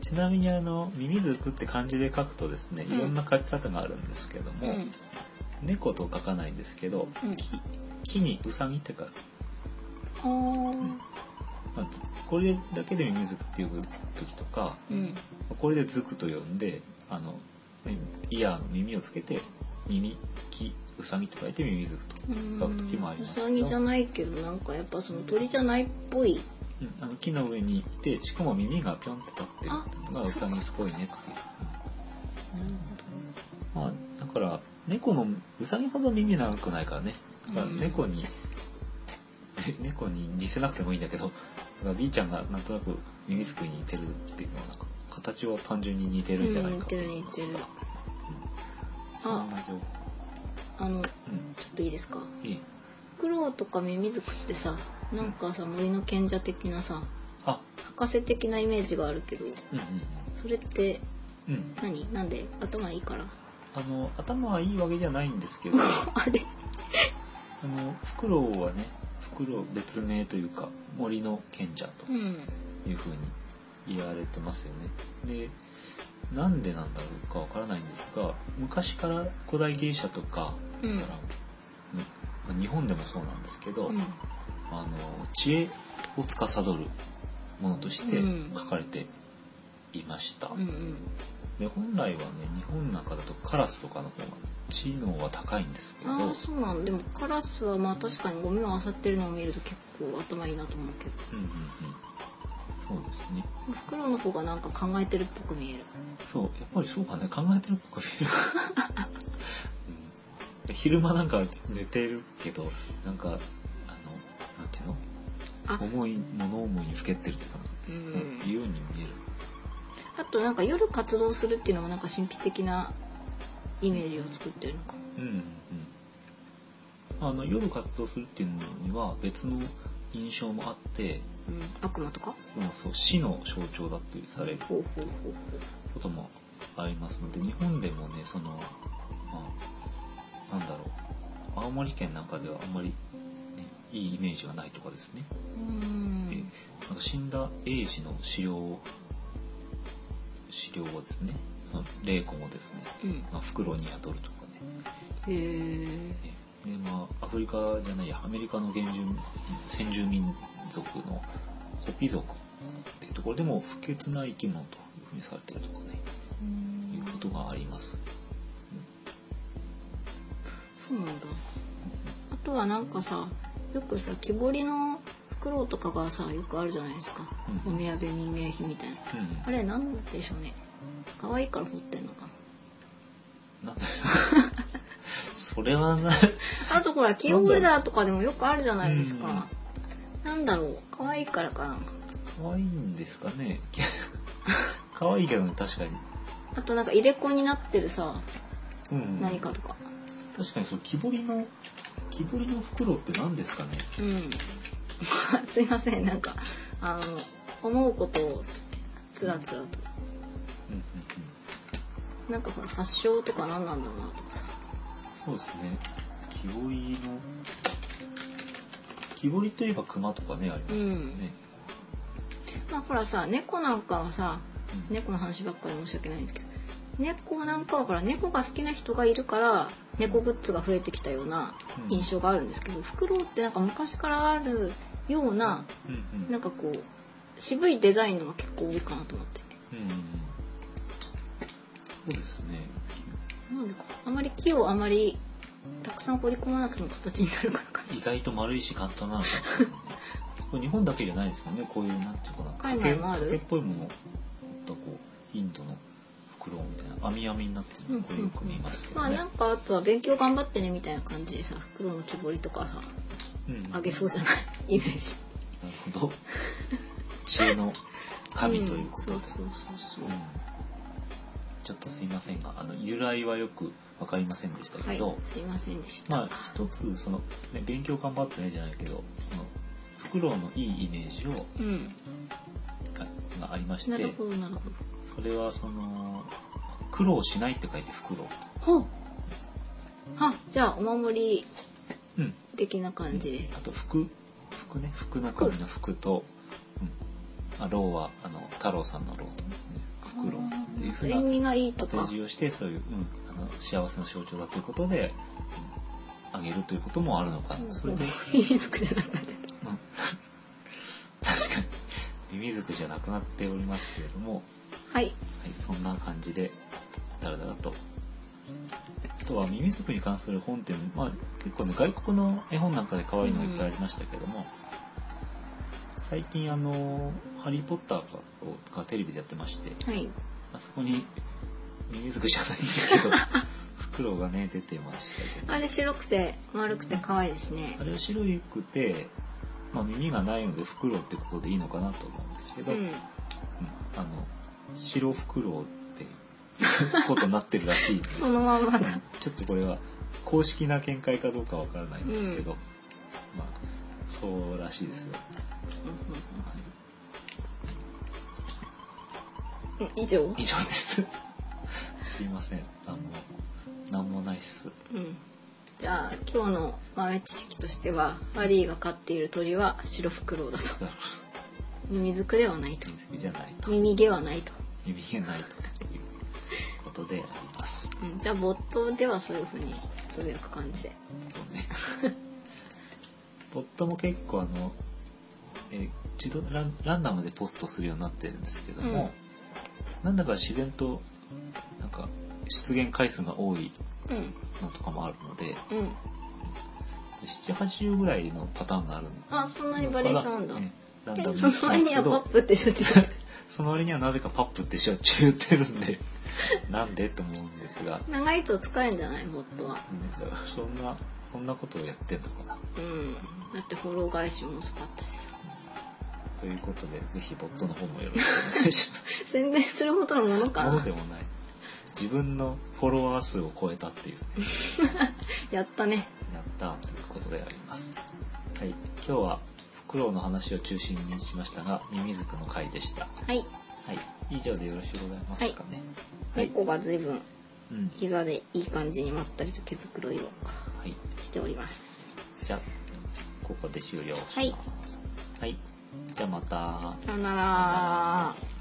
Speaker 1: ちなみにあの、ミミズクって漢字で書くとですね、
Speaker 2: うん
Speaker 1: いろんな書き方があるんですけど
Speaker 2: う、
Speaker 1: も、
Speaker 2: うん、
Speaker 1: 猫と書かないんですけど、
Speaker 2: うん
Speaker 1: 木木にウサギって書く。
Speaker 2: あー
Speaker 1: まあずこれだけでミミズクって呼ぶ時とか、
Speaker 2: うん、
Speaker 1: これでズクと呼んで、あの、ねイヤーの耳をつけて、耳、木、ウサギと書いてミミズクと。
Speaker 2: うん
Speaker 1: 書く時もありますけど
Speaker 2: ウサギじゃないけどなんかやっぱその鳥じゃないっぽ
Speaker 1: う
Speaker 2: い。
Speaker 1: んあの木の上にいてしかも耳がピョンって立ってるのが
Speaker 2: あ
Speaker 1: ウサギっぽいねっていう
Speaker 2: なる
Speaker 1: まあだから猫のウサギほど耳長くないからねだから
Speaker 2: うん
Speaker 1: 猫に、ね猫に似せなくてもいいんだけどだから B ちゃんがなんとなく耳すくに似てるっていうのはなんか形は単純に似てるんじゃないかと思いますが、
Speaker 2: うん似てる似てる
Speaker 1: うんそんな情報
Speaker 2: あの
Speaker 1: う
Speaker 2: ちょっといいですか。
Speaker 1: んいい
Speaker 2: フクロウとかミミズクってさなんかさ森の賢者的なさ
Speaker 1: あ
Speaker 2: 博士的なイメージがあるけど
Speaker 1: うんうん
Speaker 2: それって
Speaker 1: うんうん
Speaker 2: 何なんで頭いいから
Speaker 1: あの頭はいいわけじゃないんですけど
Speaker 2: あれ
Speaker 1: あのフクロウはねフクロウ別名というか森の賢者と
Speaker 2: うん
Speaker 1: いうふうに言われてますよね。でなんでなんだろうかわからないんですが昔から古代ギリシャとか
Speaker 2: う
Speaker 1: か
Speaker 2: ん
Speaker 1: ら、うん日本でもそうなんですけど、
Speaker 2: うん
Speaker 1: あの知恵を司るものとして
Speaker 2: うん
Speaker 1: 書かれていました。
Speaker 2: うんうん
Speaker 1: で本来はね日本なんかだとカラスとかの方が知能は高いんですけど。
Speaker 2: ああそうなんでもカラスはまあ確かにゴミを漁ってるのを見ると結構頭いいなと思うけど
Speaker 1: うんうんうんそうですね。
Speaker 2: フクロウの方がなんか考えてるっぽく見える
Speaker 1: そう、やっぱりそうかね、考えてるっぽく見える。うん昼間なんか寝てるけど、なんか、あの、なんていうの
Speaker 2: あ
Speaker 1: 思い、物思いにふけってるっていうか
Speaker 2: う
Speaker 1: な、うん
Speaker 2: ん
Speaker 1: いうように見える。
Speaker 2: あとなんか夜活動するっていうのもなんか神秘的なイメージを作ってるのかも
Speaker 1: うんうんうん。あの、夜活動するっていうのには別の印象もあって、
Speaker 2: うん悪魔とか
Speaker 1: でもそう死の象徴だってされる
Speaker 2: ほうほうほう
Speaker 1: こともありますので日本でもねその、まあ、なんだろう青森県なんかではあんまり、ね、いいイメージがないとかですね、
Speaker 2: ほううん
Speaker 1: なんか死んだ英治の資料を資料をですねその霊魂をですね、
Speaker 2: うん
Speaker 1: まあ、袋に宿るとか
Speaker 2: へえ
Speaker 1: ねねでまあアフリカじゃないやアメリカの原住民先住民族のホピ族っていうところでも不潔な生き物というふうにされてるとかねいうことがあります。
Speaker 2: そうなんだあとはなんかさよくさ木彫りのフクロウとかがさよくあるじゃないですか、
Speaker 1: うん
Speaker 2: お土産人間碑みたいな
Speaker 1: うん
Speaker 2: あれなんでしょうね。可愛いから掘ってんのかな。
Speaker 1: なんだそれはない。
Speaker 2: あとほら、キーホルダーとかでもよくあるじゃないです
Speaker 1: うん
Speaker 2: か。なんだろう、可愛いからかな。
Speaker 1: 可愛いんですかね。可愛いけどね、確かに。
Speaker 2: あとなんか入れ子になってるさ、
Speaker 1: うん。
Speaker 2: 何かとか。
Speaker 1: 確かに、その木彫りの、木彫りの袋って何ですかね。
Speaker 2: うん。 [LAUGHS] すいません、なんか、あの、思うことをつらつ
Speaker 1: うんう
Speaker 2: らと。
Speaker 1: んうん。
Speaker 2: なんかほら、発祥とか何なんだろうなとかさ。
Speaker 1: そうですね。木彫りの、木彫りといえば熊とかね、ありましたよね。
Speaker 2: まあほらさ、猫なんかはさ、
Speaker 1: うん
Speaker 2: 猫の話ばっかり申し訳ないんですけど猫なんかはほら猫が好きな人がいるから猫グッズが増えてきたような印象があるんですけど、フクロウってなんか昔からあるような
Speaker 1: うんうん
Speaker 2: なんかこう渋いデザインのが結構多いかなと思って
Speaker 1: うんうんうんそうですね。
Speaker 2: なんでかあまり木をあまりたくさん彫り込まなくても形になるからかな
Speaker 1: 意外と丸いし簡単なのかな
Speaker 2: [LAUGHS]
Speaker 1: これ日本だけじゃないですかねこういうなんていうかな
Speaker 2: 海
Speaker 1: 竹
Speaker 2: 外もある
Speaker 1: 竹っぽいものとこうインドのフクロウみたいな網網になってるのこれよく見ますけど
Speaker 2: まあ
Speaker 1: ね
Speaker 2: なんかあとは勉強頑張ってねみたいな感じでさフクロウの木彫りとかさ
Speaker 1: うん
Speaker 2: あげそうじゃないイメージ
Speaker 1: なるほど知恵
Speaker 2: [LAUGHS]
Speaker 1: の神ということで、
Speaker 2: んそうそうそうそう、
Speaker 1: うんちょっとすいませんがあの由来はよく分かりませんでした
Speaker 2: は
Speaker 1: けど、
Speaker 2: いすいませんでした、
Speaker 1: まあ一つその、ね、勉強頑張ってないじゃないけどそのフクロウのいいイメージを
Speaker 2: うん
Speaker 1: ががありまし
Speaker 2: な
Speaker 1: て
Speaker 2: るほどなるほど
Speaker 1: それはその苦労しないって書いてフクロ
Speaker 2: ほうあじゃあお守り
Speaker 1: ウ、うん、
Speaker 2: 的な感じで
Speaker 1: あと服服ね服の神の服と、うん、あロウはあの太郎さんのロウとねフクロウっていうふうな
Speaker 2: 縁起がいいと
Speaker 1: 当て
Speaker 2: か
Speaker 1: 字をしてそういう、うん、あの幸せの象徴だということで、うん、あげるということもあるのかな、それ [LAUGHS] で、
Speaker 2: いい服じゃなく
Speaker 1: う
Speaker 2: て
Speaker 1: ん確かにミミズクじゃなくなっておりますけれども、
Speaker 2: はい
Speaker 1: はい、そんな感じでだらだらと。あとはミミズクに関する本っていうの、まあ、結構ね外国の絵本なんかで可愛いのがいっぱいありましたけども、最近あの「ハリー・ポッターが」がテレビでやってまして
Speaker 2: はい
Speaker 1: あそこにミミズクじゃないんです
Speaker 2: [LAUGHS]
Speaker 1: けどフクロウがね出てましたけど
Speaker 2: あれ白くて丸くて可愛いですね
Speaker 1: あれは白くて、まあ、耳がないのでフクロウってことでいいのかなと思うんですけど、
Speaker 2: うん
Speaker 1: うんあの白フクロウっていうことになってるらしいんです
Speaker 2: そのまんまだ
Speaker 1: ちょっとこれは公式な見解かどうかわからないんですけど、まあそうらしいですよ、はい
Speaker 2: うん以上
Speaker 1: 以上です [LAUGHS] すいません何も何もないっす [LAUGHS]
Speaker 2: うんじゃあ今日の豆知識としてはハリーが飼っている鳥は白フクロウだと
Speaker 1: そう
Speaker 2: 耳づくではないと
Speaker 1: 水着じゃないと
Speaker 2: 耳毛はないと、
Speaker 1: 耳がないということであります
Speaker 2: うん、じゃあボットではそういうふうにつぶやく感じで
Speaker 1: そうねポットも結構あの、えー自動ランランダムでポストするようになってるんですけども、なんだか自然となんか出現回数が多い
Speaker 2: うん
Speaker 1: のとかもあるので
Speaker 2: うん
Speaker 1: 780ぐらいのパターンがあるのか
Speaker 2: あそんな
Speaker 1: な
Speaker 2: にバリエーションあんだ
Speaker 1: えーランダ
Speaker 2: え
Speaker 1: ム
Speaker 2: その割にはパップってしょっちゅう
Speaker 1: [LAUGHS] その割にはなぜかパップってしょっちゅう言ってるん
Speaker 2: [LAUGHS]
Speaker 1: でなんでと思うんですが、
Speaker 2: 長いと疲れんじゃないボットは
Speaker 1: うんそんなそんなことをやってんのかな
Speaker 2: うんだってフォロー返しも遅かったしさ
Speaker 1: ということで、ぜひボットの方もよろしくお願いし [LAUGHS] ます。
Speaker 2: 宣伝するほどのものか
Speaker 1: もの
Speaker 2: な
Speaker 1: でもない。自分のフォロワー数を超えたっていう、
Speaker 2: やったね
Speaker 1: やったということであります。はい。今日は、フクロウの話を中心にしましたが、ミミズクの回でした。
Speaker 2: はい
Speaker 1: はい。以上でよろしゅうございますかね。はい。
Speaker 2: 猫が随分
Speaker 1: うん。
Speaker 2: 膝でいい感じにまったりと毛づくろいを
Speaker 1: はい。
Speaker 2: しております
Speaker 1: じゃあ、ここで終了します。はい。じゃあまた。
Speaker 2: さよなら